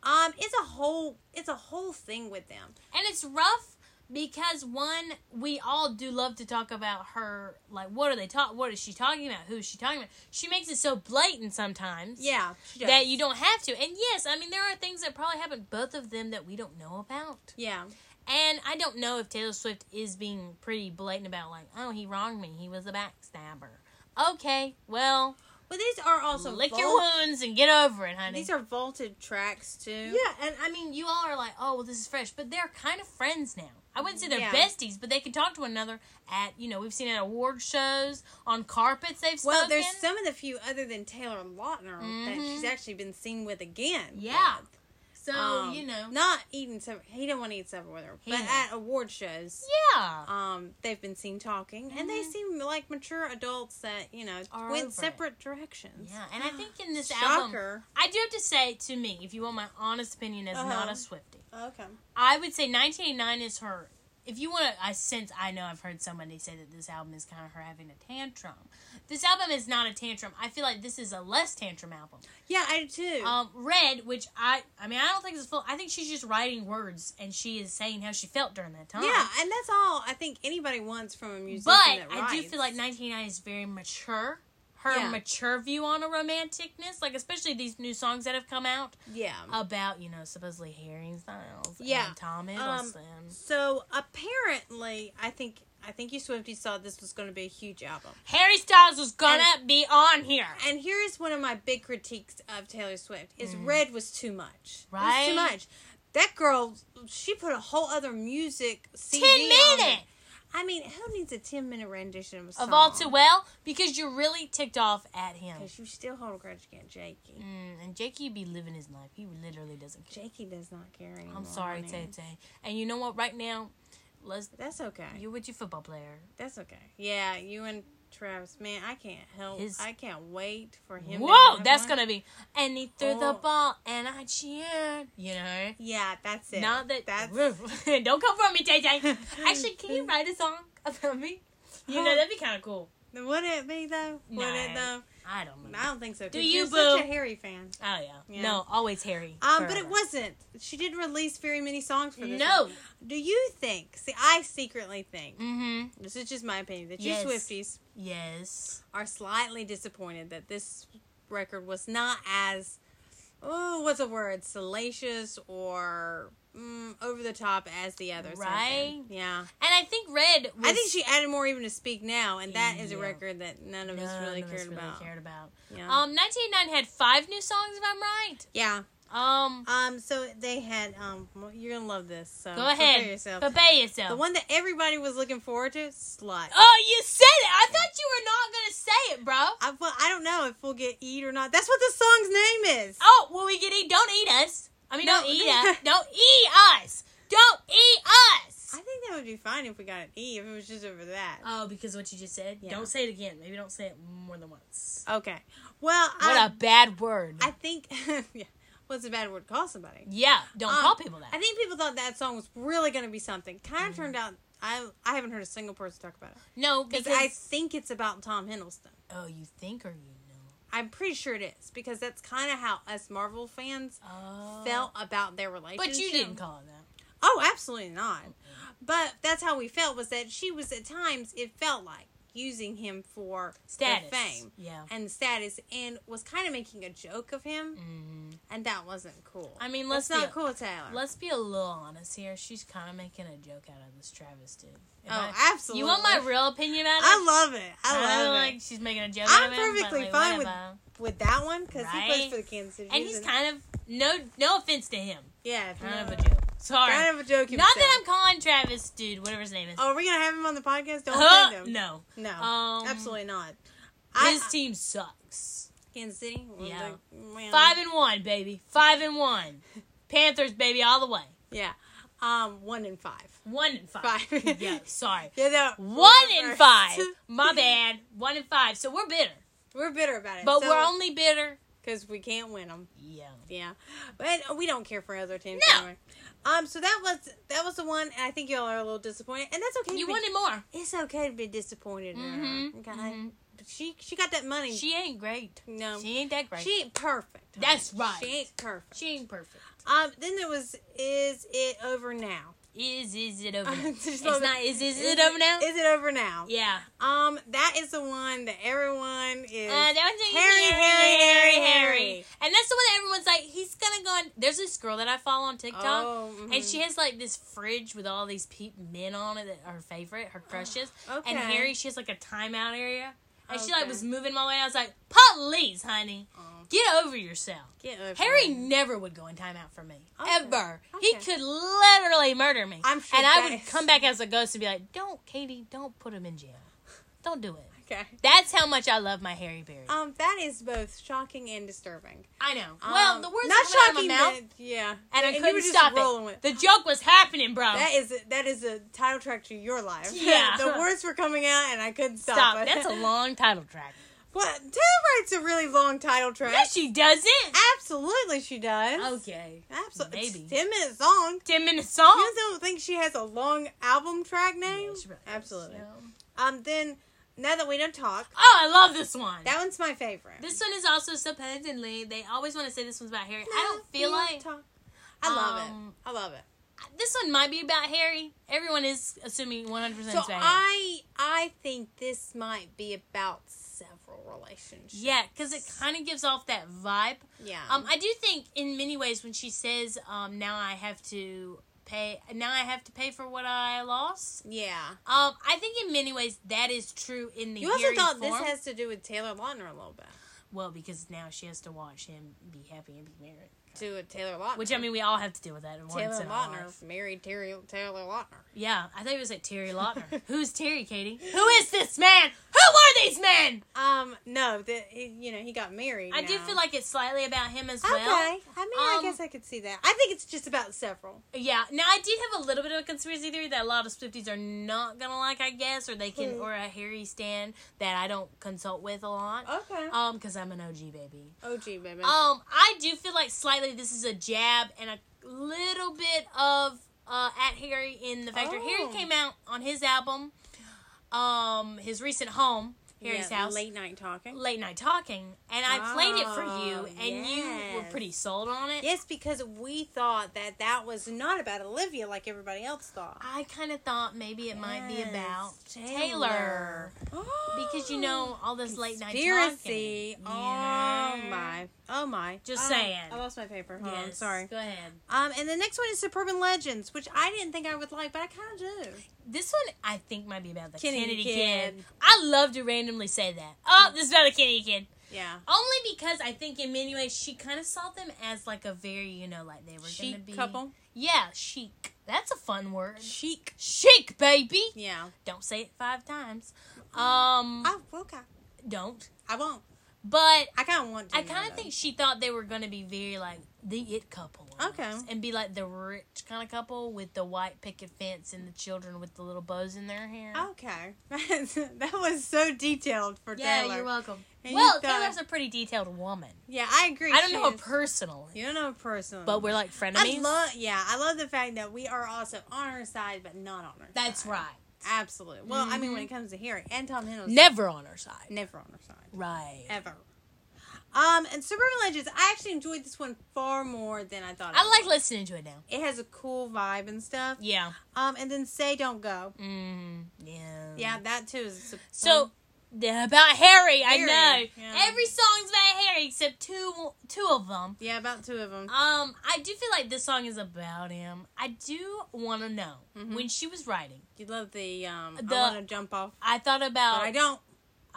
Speaker 2: Um, it's a whole it's a whole thing with them.
Speaker 1: and it's rough because one we all do love to talk about her. Like, what are they talk? What is she talking about? Who is she talking about? She makes it so blatant sometimes.
Speaker 2: Yeah, she does.
Speaker 1: That you don't have to. And yes, I mean, there are things that probably happen, both of them, that we don't know about.
Speaker 2: Yeah,
Speaker 1: And I don't know if Taylor Swift is being pretty blatant about, like, oh, he wronged me. He was a backstabber. Okay, well,
Speaker 2: but these are also
Speaker 1: lick
Speaker 2: vol-
Speaker 1: your wounds and get over it, honey.
Speaker 2: these are vaulted tracks too.
Speaker 1: yeah, and I mean, you all are like, oh, well, this is fresh, but they're kind of friends now. I wouldn't say they're
Speaker 2: Yeah.
Speaker 1: besties, but they can talk to one another at, you know, we've seen at award shows, on carpets they've spoken.
Speaker 2: Well, there's some of the few other than Taylor Lautner that
Speaker 1: Mhm.
Speaker 2: she's actually been seen with again.
Speaker 1: Yeah.
Speaker 2: with.
Speaker 1: so,
Speaker 2: Um,
Speaker 1: you know.
Speaker 2: not eating supper. He didn't want to eat supper with her,
Speaker 1: He
Speaker 2: but
Speaker 1: didn't.
Speaker 2: at award shows,
Speaker 1: yeah.
Speaker 2: um, they've been seen talking, and they
Speaker 1: Mhm.
Speaker 2: seem like mature adults that you know
Speaker 1: Are over
Speaker 2: went
Speaker 1: it.
Speaker 2: separate directions.
Speaker 1: Yeah, and I think in
Speaker 2: *gasps*
Speaker 1: this album,
Speaker 2: Shocker.
Speaker 1: I do have to say, to me, if you want my honest opinion as not
Speaker 2: Uh-huh.
Speaker 1: a Swifty,
Speaker 2: Okay.
Speaker 1: I would say 1989 is her. If you want to, I sense I know I've heard somebody say that this album is kind of her having a tantrum. This album is not a tantrum. I feel like this is a less tantrum album.
Speaker 2: Yeah, I do too.
Speaker 1: Um, Red, which I, I mean, I don't think it's full. I think she's just writing words and she is saying how she felt during that time.
Speaker 2: yeah, and that's all I think anybody wants from a musician.
Speaker 1: But
Speaker 2: that
Speaker 1: I do
Speaker 2: writes.
Speaker 1: feel like 1989 is very mature. Her
Speaker 2: Yeah.
Speaker 1: mature view on a romanticness, like especially these new songs that have come out
Speaker 2: yeah.
Speaker 1: about you know supposedly Harry Styles
Speaker 2: Yeah.
Speaker 1: and Tom
Speaker 2: Um,
Speaker 1: Hiddleston.
Speaker 2: so apparently, I think I think you Swifty saw this was going to be a huge album.
Speaker 1: Harry Styles was gonna be on here.
Speaker 2: And here is one of my big critiques of Taylor Swift: is Red was too much. It was
Speaker 1: Mm. Right?
Speaker 2: too much. That girl, she put a whole other music CD
Speaker 1: Ten
Speaker 2: on it.
Speaker 1: minutes
Speaker 2: I mean, who needs a ten minute rendition of a song?
Speaker 1: of all too well because you're really ticked off at him.
Speaker 2: Because you still hold a grudge against Jakey.
Speaker 1: Mm, and Jakey be living his life. He literally doesn't care.
Speaker 2: Jakey does not care anymore.
Speaker 1: I'm sorry,
Speaker 2: honey.
Speaker 1: Tay Tay. And you know what? Right now, let's
Speaker 2: That's okay.
Speaker 1: you with your football player.
Speaker 2: That's okay. Yeah, you and Travis, man, I can't help.
Speaker 1: His-
Speaker 2: I can't wait for him. to
Speaker 1: Whoa,
Speaker 2: have
Speaker 1: that's
Speaker 2: one.
Speaker 1: gonna be. And he threw the
Speaker 2: Oh.
Speaker 1: ball, and I cheered. You know.
Speaker 2: Yeah, that's it.
Speaker 1: Not that
Speaker 2: that's.
Speaker 1: *laughs* don't come for me, Tay Tay.
Speaker 2: *laughs*
Speaker 1: Actually, can you write a song about me? You know that'd be kind of cool.
Speaker 2: Would it be though? Would it
Speaker 1: No.
Speaker 2: though?
Speaker 1: I don't know.
Speaker 2: I don't think so. 'cause
Speaker 1: Do you,
Speaker 2: you're such a
Speaker 1: boo?
Speaker 2: Harry fan?
Speaker 1: Oh yeah.
Speaker 2: Yeah.
Speaker 1: No, always Harry.
Speaker 2: Um, but it
Speaker 1: forever.
Speaker 2: wasn't. She didn't release very many songs for this.
Speaker 1: No.
Speaker 2: one. Do you think? See, I secretly think
Speaker 1: Mm-hmm.
Speaker 2: this is just my opinion that
Speaker 1: Yes.
Speaker 2: you Swifties
Speaker 1: Yes.
Speaker 2: are slightly disappointed that this record was not as oh, what's the word? Salacious or mm, over the top as the others. have been.
Speaker 1: Right.
Speaker 2: Yeah.
Speaker 1: And I think Red. Was
Speaker 2: I think she added more even to Speak Now, and that is a
Speaker 1: Yeah.
Speaker 2: record that none of us
Speaker 1: None
Speaker 2: really
Speaker 1: of
Speaker 2: cared
Speaker 1: really
Speaker 2: about.
Speaker 1: cared about.
Speaker 2: Yeah.
Speaker 1: Um, 1989 had five new songs, if I'm right.
Speaker 2: yeah.
Speaker 1: Um,
Speaker 2: Um. So they had. Um. well, You're gonna love this. So
Speaker 1: go
Speaker 2: prepare
Speaker 1: ahead.
Speaker 2: Yourself.
Speaker 1: Prepare yourself.
Speaker 2: The one that everybody was looking forward to, Slut.
Speaker 1: Oh, you said it. I thought you were not gonna say it, bro.
Speaker 2: I, well, I don't know if we'll get eat or not. That's what the song's name is.
Speaker 1: Oh, well, we get eat. Don't eat us. I mean,
Speaker 2: No.
Speaker 1: don't eat
Speaker 2: *laughs*
Speaker 1: us. Don't eat us. Don't eat us.
Speaker 2: I think that would be fine if we got an E, if it was just over that.
Speaker 1: Oh, because what you just said.
Speaker 2: Yeah.
Speaker 1: Don't say it again. Maybe don't say it more than once.
Speaker 2: okay. Well,
Speaker 1: What
Speaker 2: I,
Speaker 1: a bad word.
Speaker 2: Um, I think, *laughs* yeah, what's a bad word? Call somebody.
Speaker 1: yeah, don't
Speaker 2: Um,
Speaker 1: call people that.
Speaker 2: I think people thought that song was really going to be something. Kind
Speaker 1: Mm-hmm.
Speaker 2: of turned out, I, I haven't heard a single person talk about it.
Speaker 1: no,
Speaker 2: Because
Speaker 1: because
Speaker 2: I think it's about Tom Hiddleston.
Speaker 1: oh, you think or you know.
Speaker 2: I'm pretty sure it is because that's kind of how us Marvel fans
Speaker 1: Oh,
Speaker 2: felt about their relationship.
Speaker 1: but you didn't call it that.
Speaker 2: Oh, absolutely not. But that's how we felt was that she was at times it felt like using him for the
Speaker 1: Status.
Speaker 2: fame
Speaker 1: Yeah.
Speaker 2: and status, and was kind of making a joke of him,
Speaker 1: hmm
Speaker 2: and that wasn't cool.
Speaker 1: I mean, let's
Speaker 2: that's Mm-hmm.
Speaker 1: be-
Speaker 2: not cool, Taylor.
Speaker 1: Let's be a little honest here. She's kind of making a joke out of this Travis dude. If
Speaker 2: oh,
Speaker 1: I-
Speaker 2: absolutely.
Speaker 1: You want my real opinion about it?
Speaker 2: I love it. I
Speaker 1: I
Speaker 2: love
Speaker 1: don't
Speaker 2: it
Speaker 1: like she's making a joke. out
Speaker 2: I'm
Speaker 1: of it, but,
Speaker 2: perfectly
Speaker 1: like,
Speaker 2: fine with-
Speaker 1: whatever.
Speaker 2: with that one because he plays
Speaker 1: Right?
Speaker 2: for the Kansas City.
Speaker 1: And
Speaker 2: Chiefs,
Speaker 1: he's kind of no no offense to him,
Speaker 2: yeah,
Speaker 1: kind
Speaker 2: no,
Speaker 1: of a joke. Sorry,
Speaker 2: Uh, kind of a joke.
Speaker 1: not that I'm calling Travis dude, whatever his name is.
Speaker 2: Oh, are we gonna have him on the podcast? Don't
Speaker 1: Huh?
Speaker 2: offend him.
Speaker 1: no,
Speaker 2: No,
Speaker 1: Um,
Speaker 2: absolutely not.
Speaker 1: his
Speaker 2: I,
Speaker 1: team sucks.
Speaker 2: Kansas City. Well,
Speaker 1: Yeah.
Speaker 2: they-
Speaker 1: Five and one, baby. Five and
Speaker 2: *laughs*
Speaker 1: one. Panthers, baby, all the way.
Speaker 2: Yeah. Um, one in five.
Speaker 1: One and five. *laughs*
Speaker 2: Five.
Speaker 1: yeah, sorry.
Speaker 2: *laughs* Yeah,
Speaker 1: *laughs*
Speaker 2: that
Speaker 1: One in five. My bad. One in five. So we're bitter.
Speaker 2: *laughs* We're bitter about it.
Speaker 1: But we're only bitter.
Speaker 2: because we can't win them.
Speaker 1: Yeah.
Speaker 2: Yeah, but we don't care for other teams.
Speaker 1: No.
Speaker 2: anyway. Um. So that was that was the one. And I think y'all are a little disappointed, and that's okay. to
Speaker 1: You
Speaker 2: be-
Speaker 1: wanted more.
Speaker 2: It's okay to be disappointed. in her,
Speaker 1: Mhm,
Speaker 2: Okay.
Speaker 1: mhm.
Speaker 2: But she she got that money.
Speaker 1: She ain't great.
Speaker 2: no. She,
Speaker 1: She ain't that great. Um, She,
Speaker 2: ain't perfect.
Speaker 1: That's
Speaker 2: honey.
Speaker 1: right.
Speaker 2: She ain't perfect.
Speaker 1: ain't perfect.
Speaker 2: Um. Then there was is it over now?
Speaker 1: Is is it *laughs* over? now?
Speaker 2: *laughs* Just
Speaker 1: it's
Speaker 2: love it.
Speaker 1: not. Is is it over now?
Speaker 2: Is it over now?
Speaker 1: yeah.
Speaker 2: Um. That is the one that everyone is.
Speaker 1: Uh, that one's
Speaker 2: Harry,
Speaker 1: Harry,
Speaker 2: Harry,
Speaker 1: Harry, Harry,
Speaker 2: Harry.
Speaker 1: Harry. And that's the one that everyone's like, he's gonna go on. There's this girl that I follow on TikTok,
Speaker 2: oh,
Speaker 1: and
Speaker 2: mhm.
Speaker 1: she has like this fridge with all these pe- men on it that are her favorite, her crushes.
Speaker 2: okay.
Speaker 1: And Harry, she has like a timeout area. And she
Speaker 2: Okay.
Speaker 1: like was moving my way. I was like, "Police, honey,
Speaker 2: Oh,
Speaker 1: get over yourself."
Speaker 2: get over
Speaker 1: Harry
Speaker 2: it.
Speaker 1: never would go in timeout for me,
Speaker 2: Okay.
Speaker 1: ever. He
Speaker 2: Okay.
Speaker 1: could literally murder me,
Speaker 2: I'm sure
Speaker 1: and I
Speaker 2: that
Speaker 1: would
Speaker 2: is-
Speaker 1: come back as a ghost and be like, "Don't, Katie, don't put him in jail. Don't do it."
Speaker 2: Okay.
Speaker 1: That's how much I love my Harry Berry.
Speaker 2: Um, that is both shocking and disturbing.
Speaker 1: I know. well,
Speaker 2: Um,
Speaker 1: the words
Speaker 2: not
Speaker 1: not out of
Speaker 2: shocking,
Speaker 1: my mouth,
Speaker 2: but- yeah.
Speaker 1: and I
Speaker 2: you
Speaker 1: couldn't
Speaker 2: were just
Speaker 1: stop
Speaker 2: rolling with-
Speaker 1: it. The joke was happening, bro.
Speaker 2: that is a, that is a title track to your life. *laughs*
Speaker 1: Yeah.
Speaker 2: the words were coming out, and I couldn't stop.
Speaker 1: Stop.
Speaker 2: it.
Speaker 1: That's
Speaker 2: *laughs*
Speaker 1: a long title track.
Speaker 2: What Taylor writes a really long title track.
Speaker 1: No, she doesn't.
Speaker 2: Absolutely, she does.
Speaker 1: Okay.
Speaker 2: Absolutely,
Speaker 1: maybe.
Speaker 2: ten minute song.
Speaker 1: Ten minute
Speaker 2: You
Speaker 1: song.
Speaker 2: guys don't think she has a long album track name?
Speaker 1: Yeah, she really is,
Speaker 2: Absolutely.
Speaker 1: you know.
Speaker 2: Um, then now that we don't talk,
Speaker 1: Oh, I love this one.
Speaker 2: that one's my favorite.
Speaker 1: this one is also supposedly they always want to say this one's about Harry. I don't
Speaker 2: Now
Speaker 1: feel
Speaker 2: we
Speaker 1: like
Speaker 2: talk. I love
Speaker 1: Um,
Speaker 2: it. I love it.
Speaker 1: this one might be about Harry. Everyone is assuming one hundred percent
Speaker 2: So
Speaker 1: about Harry.
Speaker 2: I I think this might be about several relationships.
Speaker 1: Yeah, because it kind of gives off that vibe.
Speaker 2: Yeah.
Speaker 1: Um, I do think in many ways when she says, um, now I have to pay, now I have to pay for what I lost.
Speaker 2: yeah.
Speaker 1: Um, I think in many ways that is true in the
Speaker 2: You also
Speaker 1: Harry
Speaker 2: thought
Speaker 1: form.
Speaker 2: this has to do with Taylor Lautner a little bit.
Speaker 1: well because now she has to watch him be happy and be married,
Speaker 2: To with Taylor Lautner.
Speaker 1: which I mean we all have to deal with that once
Speaker 2: Taylor
Speaker 1: in our
Speaker 2: Lautner
Speaker 1: life.
Speaker 2: married Terry, Taylor Lautner.
Speaker 1: Yeah, I thought it was like Terry
Speaker 2: *laughs*
Speaker 1: Lautner. Who's Terry, Katie? Who is this man? Who are these men?
Speaker 2: Um, no, the, he- you know he got married.
Speaker 1: I do
Speaker 2: now.
Speaker 1: feel like it's slightly about him as
Speaker 2: okay. I
Speaker 1: well.
Speaker 2: mean, I
Speaker 1: um,
Speaker 2: guess I could see that. I think it's just about several.
Speaker 1: Yeah. Now I did have a little bit of a conspiracy theory that a lot of Swifties are not gonna like, I guess, or they can,
Speaker 2: Hmm.
Speaker 1: or a Harry stan that I don't consult with a lot,
Speaker 2: Okay.
Speaker 1: Um, because I'm an OG baby.
Speaker 2: OG baby.
Speaker 1: Um, I do feel like slightly this is a jab and a little bit of uh at Harry in the fact that
Speaker 2: Oh.
Speaker 1: Harry came out on his album, um, his recent home, Harry's
Speaker 2: Yeah,
Speaker 1: house.
Speaker 2: Late night talking.
Speaker 1: Late night talking, and I played it for
Speaker 2: Oh,
Speaker 1: you, and you were
Speaker 2: yes.
Speaker 1: pretty sold on it.
Speaker 2: Yes, because we thought that that was not about Olivia like everybody else thought.
Speaker 1: I kind of thought maybe it might be
Speaker 2: Yes,
Speaker 1: about Taylor.
Speaker 2: Taylor.
Speaker 1: Because you know, all this late night
Speaker 2: conspiracy.
Speaker 1: talking.
Speaker 2: Oh
Speaker 1: Yeah.
Speaker 2: my! Oh my!
Speaker 1: Just
Speaker 2: Um,
Speaker 1: saying.
Speaker 2: I lost my paper. Hold
Speaker 1: Yes.
Speaker 2: on, sorry.
Speaker 1: Go ahead.
Speaker 2: Um, and the next one is Suburban Legends, which I didn't think I would like, but I kind of do.
Speaker 1: This one I think might be about the
Speaker 2: Kennedy
Speaker 1: Kennedy,
Speaker 2: kid.
Speaker 1: kid. I love to randomly say that. Oh, this is about a Kennedy kid.
Speaker 2: Yeah.
Speaker 1: Only because I think in many ways she kind of saw them as like a very, you know, like they were going to
Speaker 2: Chic
Speaker 1: be
Speaker 2: couple.
Speaker 1: Yeah, chic. That's a fun word.
Speaker 2: Chic.
Speaker 1: Chic, baby.
Speaker 2: Yeah.
Speaker 1: Don't say it five times. Um,
Speaker 2: I will. I,
Speaker 1: don't.
Speaker 2: I won't.
Speaker 1: But
Speaker 2: I kind of want to.
Speaker 1: I
Speaker 2: now,
Speaker 1: kind
Speaker 2: though.
Speaker 1: of think she thought they were going to be very like the it couple. almost,
Speaker 2: Okay.
Speaker 1: And be like the rich kind of couple with the white picket fence and the children with the little bows in their hair.
Speaker 2: Okay. *laughs* that was so detailed for
Speaker 1: yeah,
Speaker 2: Taylor.
Speaker 1: you're welcome.
Speaker 2: And you
Speaker 1: well,
Speaker 2: thought-
Speaker 1: Tayller's a pretty detailed woman.
Speaker 2: Yeah, I agree.
Speaker 1: I don't
Speaker 2: she
Speaker 1: know her
Speaker 2: is.
Speaker 1: personally,
Speaker 2: you don't know her personally.
Speaker 1: but we're like
Speaker 2: I
Speaker 1: frenemies.
Speaker 2: love. Yeah, I love the fact that we are also on her side, but not on her.
Speaker 1: That's
Speaker 2: side.
Speaker 1: right. Mm-hmm.
Speaker 2: Absolutely. Well, I mean, when it comes to Harry and Tom Hiddleston,
Speaker 1: Never on her side.
Speaker 2: never on her side
Speaker 1: Right.
Speaker 2: ever. Um, and Suburban Legends, I actually enjoyed this one far more than I thought.
Speaker 1: I like
Speaker 2: would.
Speaker 1: listening to it now.
Speaker 2: It has a cool vibe and stuff.
Speaker 1: Yeah.
Speaker 2: Um, and then Say Don't Go.
Speaker 1: Mm, yeah.
Speaker 2: Yeah, that too is a-
Speaker 1: So yeah, about Harry, I
Speaker 2: Harry,
Speaker 1: know
Speaker 2: yeah.
Speaker 1: every song's about Harry except two two of them.
Speaker 2: yeah, about two of them.
Speaker 1: Um, I do feel like this song is about him. I do want to know
Speaker 2: Mhm.
Speaker 1: when she was writing.
Speaker 2: You love the um.
Speaker 1: The- Oh.
Speaker 2: I want to jump off,
Speaker 1: I thought about
Speaker 2: but I don't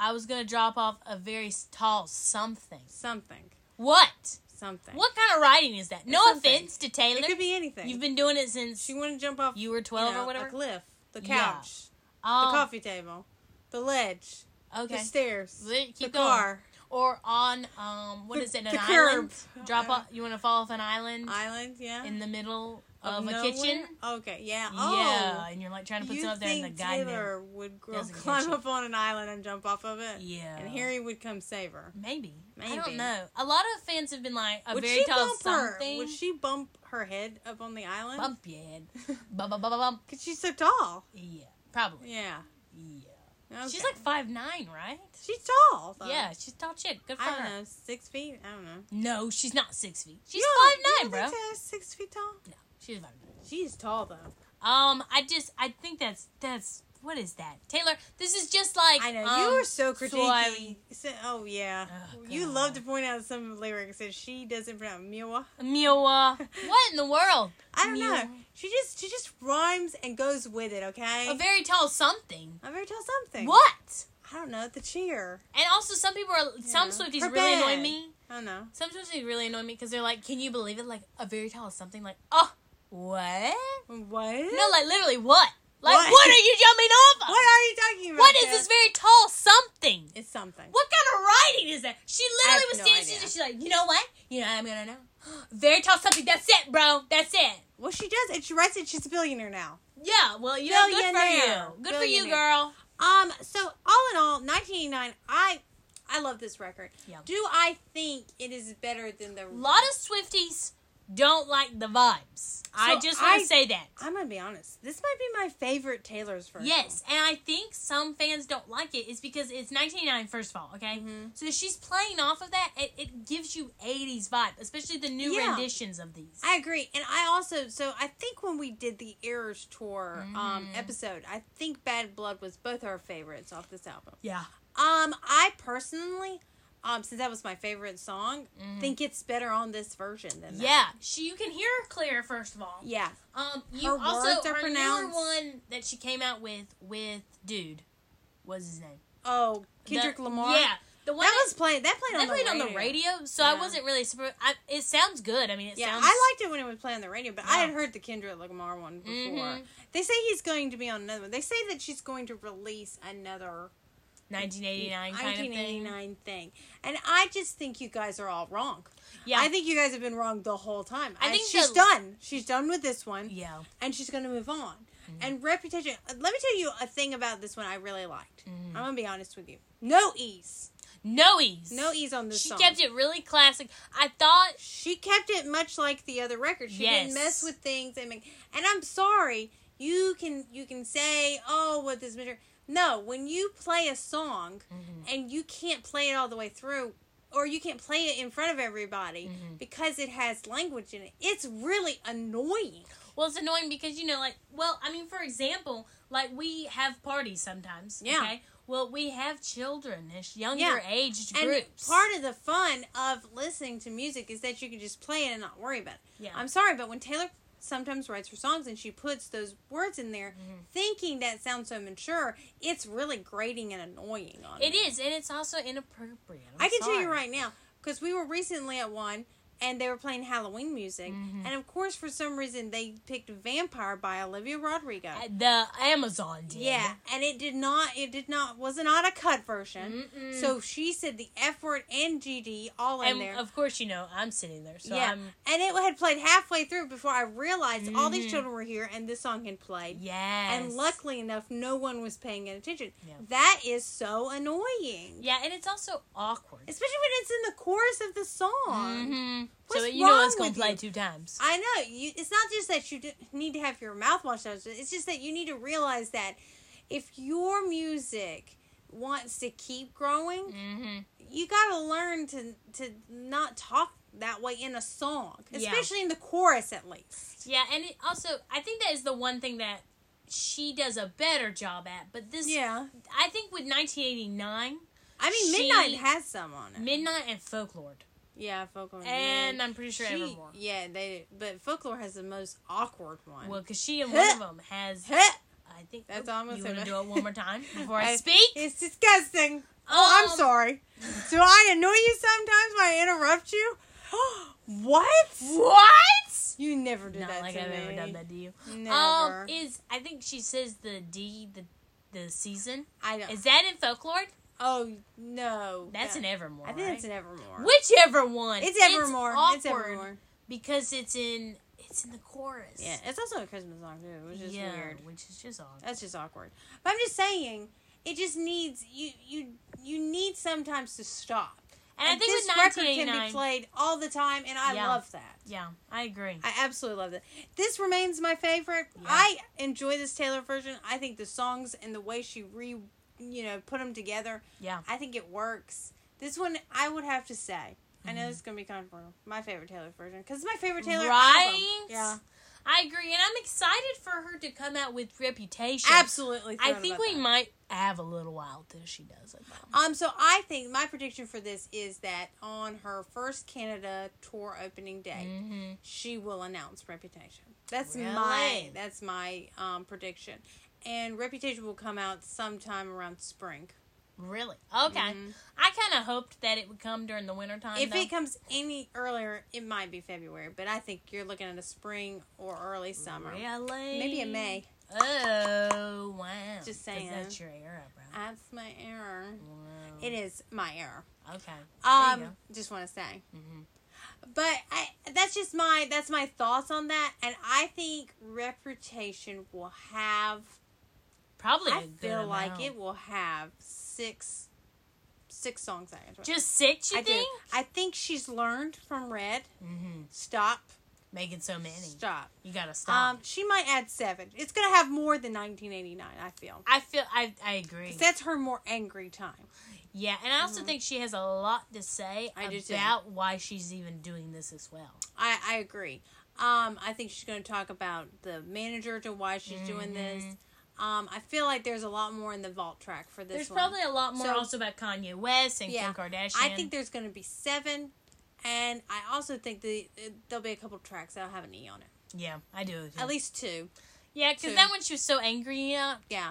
Speaker 1: I was gonna drop off a very s- tall something.
Speaker 2: something
Speaker 1: What?
Speaker 2: something.
Speaker 1: What kind of writing is that? No
Speaker 2: Something.
Speaker 1: offense to Taylor.
Speaker 2: It could be anything.
Speaker 1: You've been doing it since
Speaker 2: she want to jump off.
Speaker 1: you were twelve
Speaker 2: know,
Speaker 1: or
Speaker 2: A
Speaker 1: whatever.
Speaker 2: cliff, the
Speaker 1: Yeah.
Speaker 2: couch, the
Speaker 1: Oh,
Speaker 2: coffee table, the ledge,
Speaker 1: okay.
Speaker 2: the stairs,
Speaker 1: Li- Keep
Speaker 2: the
Speaker 1: going.
Speaker 2: car,
Speaker 1: Or on um, what
Speaker 2: The-
Speaker 1: is it?
Speaker 2: the
Speaker 1: An island.
Speaker 2: curb.
Speaker 1: Drop off. You want to fall off an island
Speaker 2: island. Yeah.
Speaker 1: in the middle of, a
Speaker 2: nowhere?
Speaker 1: kitchen.
Speaker 2: Okay, yeah. Oh,
Speaker 1: Yeah, and you're like trying to put
Speaker 2: you
Speaker 1: something up there, and
Speaker 2: think
Speaker 1: the guy never.
Speaker 2: Taylor would grow,
Speaker 1: doesn't
Speaker 2: climb
Speaker 1: catch it.
Speaker 2: up on an island and jump off of it?
Speaker 1: Yeah,
Speaker 2: And Harry would come save her.
Speaker 1: Maybe. I
Speaker 2: Maybe.
Speaker 1: don't know. A lot of fans have been like a
Speaker 2: would
Speaker 1: very
Speaker 2: she
Speaker 1: tall
Speaker 2: bump her?
Speaker 1: something.
Speaker 2: Would she bump her head up on the island?
Speaker 1: bump your head? bump, bump, bump, bump.
Speaker 2: Cause she's so tall.
Speaker 1: Yeah, probably.
Speaker 2: Yeah.
Speaker 1: Yeah.
Speaker 2: Okay.
Speaker 1: She's like five nine, right?
Speaker 2: she's tall. Though.
Speaker 1: Yeah, she's a tall chick. Good for
Speaker 2: I don't
Speaker 1: her.
Speaker 2: know, six feet. I don't know.
Speaker 1: No, she's not six feet. She's
Speaker 2: You don't- you
Speaker 1: five nine,
Speaker 2: don't
Speaker 1: bro.
Speaker 2: think Taylor's six feet tall.
Speaker 1: No, she's five nine.
Speaker 2: She's tall though.
Speaker 1: Um, I just I think that's that's what is that Taylor? This is just like
Speaker 2: I know
Speaker 1: um,
Speaker 2: you were so critiquing.
Speaker 1: Swahili.
Speaker 2: So- oh yeah,
Speaker 1: Oh,
Speaker 2: you
Speaker 1: God.
Speaker 2: love to point out some lyrics that she doesn't pronounce. Miwa.
Speaker 1: Miwa.
Speaker 2: *laughs*
Speaker 1: What in the world?
Speaker 2: I don't know.
Speaker 1: Miwa.
Speaker 2: She just she just rhymes and goes with it. Okay.
Speaker 1: A very tall something.
Speaker 2: I'm gonna tell something.
Speaker 1: What?
Speaker 2: I don't know. The cheer.
Speaker 1: And also, some people are some
Speaker 2: Yeah.
Speaker 1: Swifties
Speaker 2: Her
Speaker 1: really
Speaker 2: bed.
Speaker 1: annoy me.
Speaker 2: I don't know.
Speaker 1: Some Swifties really annoy me because they're like, "Can you believe it? Like a very tall something. Like, oh, what?
Speaker 2: What?
Speaker 1: No, like literally what? Like
Speaker 2: What?
Speaker 1: what, are you jumping off of?
Speaker 2: What are you talking about?
Speaker 1: what is this
Speaker 2: Jess?
Speaker 1: very tall something?
Speaker 2: It's something.
Speaker 1: What kind of writing is that? She
Speaker 2: I have
Speaker 1: literally was
Speaker 2: no
Speaker 1: standing
Speaker 2: idea.
Speaker 1: she's like, you know what? You know I'm gonna know. *gasps* Very tall something. That's it, bro. That's it.
Speaker 2: Well, she does, and she writes it. She's a billionaire now.
Speaker 1: Yeah. Well, you know, good for
Speaker 2: Billionaire.
Speaker 1: you. Good for you,
Speaker 2: Billionaire.
Speaker 1: girl.
Speaker 2: Um. So all in all, 1989. I I love this record.
Speaker 1: Yeah.
Speaker 2: Do I think it is better than the?
Speaker 1: A lot of Swifties don't like the vibes. I
Speaker 2: So
Speaker 1: just want
Speaker 2: I-
Speaker 1: to say that.
Speaker 2: I'm gonna be honest. This might be my favorite Taylor's version.
Speaker 1: Yes, and I think some fans don't like it. It's because it's 1989, first of all, okay?
Speaker 2: Mhm.
Speaker 1: So she's playing off of that. It, it gives you 80s vibe, especially the new
Speaker 2: Yeah.
Speaker 1: renditions of these.
Speaker 2: I agree, and I also so I think when we did the Errors tour um,
Speaker 1: Mhm.
Speaker 2: episode, I think Bad Blood was both our favorites off this album.
Speaker 1: yeah.
Speaker 2: Um, I personally, um, since that was my favorite song,
Speaker 1: Mhm.
Speaker 2: think it's better on this version than that.
Speaker 1: Yeah. She, you can hear her clear, first of all.
Speaker 2: yeah.
Speaker 1: Um, you
Speaker 2: Her
Speaker 1: also
Speaker 2: words are
Speaker 1: her
Speaker 2: pronounced-
Speaker 1: newer one that she came out with with dude, was his name
Speaker 2: Oh,
Speaker 1: The-
Speaker 2: Kendrick Lamar.
Speaker 1: Yeah, the
Speaker 2: that
Speaker 1: one that,
Speaker 2: was played. That played,
Speaker 1: that
Speaker 2: on,
Speaker 1: played
Speaker 2: the
Speaker 1: on the radio, so I
Speaker 2: Yeah.
Speaker 1: wasn't really super. I, it sounds good. I mean, it
Speaker 2: Yeah,
Speaker 1: sounds.
Speaker 2: I liked it when it was played on the radio, but I
Speaker 1: Yeah.
Speaker 2: had heard the Kendrick Lamar one before.
Speaker 1: Mhm.
Speaker 2: They say he's going to be on another one. They say that she's going to release another
Speaker 1: 1989 kind of thing.
Speaker 2: 1989 thing. And I just think you guys are all wrong.
Speaker 1: Yeah,
Speaker 2: I think you guys have been wrong the whole time.
Speaker 1: I
Speaker 2: I think
Speaker 1: think
Speaker 2: she's
Speaker 1: the-
Speaker 2: done. She's done with this one,
Speaker 1: yeah. Mm-hmm.
Speaker 2: and she's going to move on. And reputation. uh, Let me tell you a thing about this one I really liked.
Speaker 1: Mhm.
Speaker 2: I'm going to be honest with you. No ease.
Speaker 1: No ease.
Speaker 2: No ease on this
Speaker 1: She
Speaker 2: song.
Speaker 1: kept it really classic. I thought
Speaker 2: She kept it much like the other record. She didn't
Speaker 1: Yes.
Speaker 2: mess with things and make, and I'm sorry, you can you can say, Oh, what this matter No, when you play a song
Speaker 1: Mm-hmm.
Speaker 2: and you can't play it all the way through or you can't play it in front of everybody
Speaker 1: Mhm.
Speaker 2: because it has language in it, it's really annoying.
Speaker 1: Well, it's annoying because you know, like, well, I mean, for example, like we have parties sometimes.
Speaker 2: Yeah.
Speaker 1: Okay? Well, we have children, this younger
Speaker 2: Yeah.
Speaker 1: aged
Speaker 2: And
Speaker 1: groups.
Speaker 2: part of the fun of listening to music is that you can just play it and not worry about it.
Speaker 1: yeah.
Speaker 2: I'm sorry, but when Taylor sometimes writes her songs and she puts those words in there
Speaker 1: Mhm.
Speaker 2: thinking that sounds so mature, it's really grating and annoying on
Speaker 1: It
Speaker 2: me.
Speaker 1: is, and it's also inappropriate. I'm
Speaker 2: I can tell you
Speaker 1: sorry.
Speaker 2: right now, because we were recently at one and they were playing Halloween music.
Speaker 1: Mhm.
Speaker 2: And of course, for some reason, they picked Vampire by Olivia Rodrigo.
Speaker 1: Uh, The Amazon did.
Speaker 2: yeah, and it did not, it did not, was not a cut version.
Speaker 1: Mm-mm.
Speaker 2: So she said the F word and GD all in
Speaker 1: Mm-hmm. and
Speaker 2: there.
Speaker 1: of course, you know, I'm sitting there, so
Speaker 2: yeah,
Speaker 1: I'm.
Speaker 2: and it had played halfway through before I realized all these
Speaker 1: Mhm.
Speaker 2: children were here and this song had played.
Speaker 1: Yes.
Speaker 2: And luckily enough, no one was paying attention.
Speaker 1: Yeah.
Speaker 2: That is so annoying.
Speaker 1: Yeah, and it's also awkward.
Speaker 2: Especially when it's in the chorus of the song.
Speaker 1: Mhm.
Speaker 2: What's
Speaker 1: So you know it's going
Speaker 2: wrong with
Speaker 1: to play
Speaker 2: you?
Speaker 1: two times.
Speaker 2: I know. You, it's not just that you d- need to have your mouth washed out. It's just that you need to realize that if your music wants to keep growing,
Speaker 1: mm-hmm.
Speaker 2: you got to learn to to not talk that way in a song,
Speaker 1: Yeah.
Speaker 2: especially in the chorus at least.
Speaker 1: Yeah, and it also I think that is the one thing that she does a better job at. But this,
Speaker 2: Yeah. Uh-huh.
Speaker 1: I think with 1989,
Speaker 2: I mean,
Speaker 1: She-
Speaker 2: Midnight has some on it.
Speaker 1: Midnight and Folklore,
Speaker 2: yeah, Folklore.
Speaker 1: and I'm pretty sure
Speaker 2: She-
Speaker 1: Evermore.
Speaker 2: Yeah, they but folklore has the most awkward one.
Speaker 1: Well, because she and one of them has,
Speaker 2: Heh,
Speaker 1: I think. oh,
Speaker 2: That's all I'm gonna
Speaker 1: You
Speaker 2: say
Speaker 1: want to
Speaker 2: about-
Speaker 1: do it one more
Speaker 2: *laughs*
Speaker 1: time before I,
Speaker 2: I-
Speaker 1: speak?
Speaker 2: *laughs* it's disgusting. Oh, I'm
Speaker 1: Um,
Speaker 2: sorry. Do I annoy you sometimes when I interrupt you? *gasps* what?
Speaker 1: What?
Speaker 2: You never do
Speaker 1: Not
Speaker 2: that
Speaker 1: like
Speaker 2: to
Speaker 1: I've
Speaker 2: me.
Speaker 1: ever done that to you.
Speaker 2: Never.
Speaker 1: Um, is I think she says the D the the season
Speaker 2: I don't.
Speaker 1: is that in Folklore?
Speaker 2: oh no,
Speaker 1: That's
Speaker 2: that,
Speaker 1: an Evermore.
Speaker 2: I think
Speaker 1: right?
Speaker 2: it's an Evermore.
Speaker 1: Whichever one.
Speaker 2: It's Evermore. It's,
Speaker 1: awkward
Speaker 2: Evermore.
Speaker 1: because it's in It's in the chorus.
Speaker 2: Yeah, it's also a Christmas song too, which is
Speaker 1: Yeah,
Speaker 2: weird.
Speaker 1: Which is just odd.
Speaker 2: That's just awkward. But I'm just saying, it just needs you you you need sometimes to stop.
Speaker 1: And, I think
Speaker 2: this
Speaker 1: with
Speaker 2: record can be
Speaker 1: 1989.
Speaker 2: played all the time, and I
Speaker 1: Yeah.
Speaker 2: love that.
Speaker 1: Yeah, I agree.
Speaker 2: I absolutely love that. This remains my favorite.
Speaker 1: Yeah.
Speaker 2: I enjoy this Taylor version. I think the songs and the way she re, you know, put them together.
Speaker 1: Yeah.
Speaker 2: I think it works. This one, I would have to say. I
Speaker 1: Mm-hmm.
Speaker 2: know this is gonna be controversial. My favorite Taylor version because it's my favorite Taylor album.
Speaker 1: right?
Speaker 2: Yeah,
Speaker 1: I agree, and I'm excited for her to come out with Reputation.
Speaker 2: absolutely.
Speaker 1: I
Speaker 2: thrilled
Speaker 1: think
Speaker 2: about
Speaker 1: we
Speaker 2: that.
Speaker 1: might have a little while till she does it. Though.
Speaker 2: Um, so I think my prediction for this is that on her first Canada tour opening day,
Speaker 1: Mhm.
Speaker 2: she will announce Reputation. That's
Speaker 1: Really?
Speaker 2: my that's my um, prediction, and Reputation will come out sometime around spring.
Speaker 1: Really? Okay.
Speaker 2: Mhm.
Speaker 1: I kind of hoped that it would come during the wintertime.
Speaker 2: If
Speaker 1: though.
Speaker 2: it comes any earlier, it might be February, but I think you're looking at a spring or early summer,
Speaker 1: Really?
Speaker 2: maybe a May.
Speaker 1: Oh, wow.
Speaker 2: Just
Speaker 1: 'Cause
Speaker 2: saying.
Speaker 1: That's your era, bro.
Speaker 2: That's my error.
Speaker 1: Wow.
Speaker 2: It is my error.
Speaker 1: Okay. There you
Speaker 2: Um,
Speaker 1: go.
Speaker 2: just want to say.
Speaker 1: Mhm.
Speaker 2: But I, that's just my that's my thoughts on that, and I think Reputation will have.
Speaker 1: Probably.
Speaker 2: I
Speaker 1: a good
Speaker 2: feel like
Speaker 1: amount.
Speaker 2: it will have six, six songs. I enjoy.
Speaker 1: Just six, you
Speaker 2: I do.
Speaker 1: think?
Speaker 2: I think she's learned from Red.
Speaker 1: Mm-hmm.
Speaker 2: Stop.
Speaker 1: Making so many.
Speaker 2: Stop.
Speaker 1: You gotta stop.
Speaker 2: Um, she might add seven. It's gonna have more than 1989. I feel.
Speaker 1: I feel I I agree.
Speaker 2: 'Cause That's her more angry time.
Speaker 1: yeah, and I also think she has a lot to say
Speaker 2: Mm-hmm. I do too.
Speaker 1: about why she's even doing this as well.
Speaker 2: I, I agree. Um, I think she's going to talk about the manager to why she's doing
Speaker 1: Mm-hmm.
Speaker 2: this. Um, I feel like there's a lot more in the vault track for this
Speaker 1: There's
Speaker 2: one.
Speaker 1: probably a lot more
Speaker 2: So-
Speaker 1: also about Kanye West and
Speaker 2: Yeah.
Speaker 1: Kim Kardashian.
Speaker 2: I think there's going to be seven, and I also think the uh, there'll be a couple tracks that'll have an E on it.
Speaker 1: yeah, I do. agree.
Speaker 2: At least two.
Speaker 1: yeah, because
Speaker 2: two.
Speaker 1: that one she was so angry. Yeah,
Speaker 2: Yeah.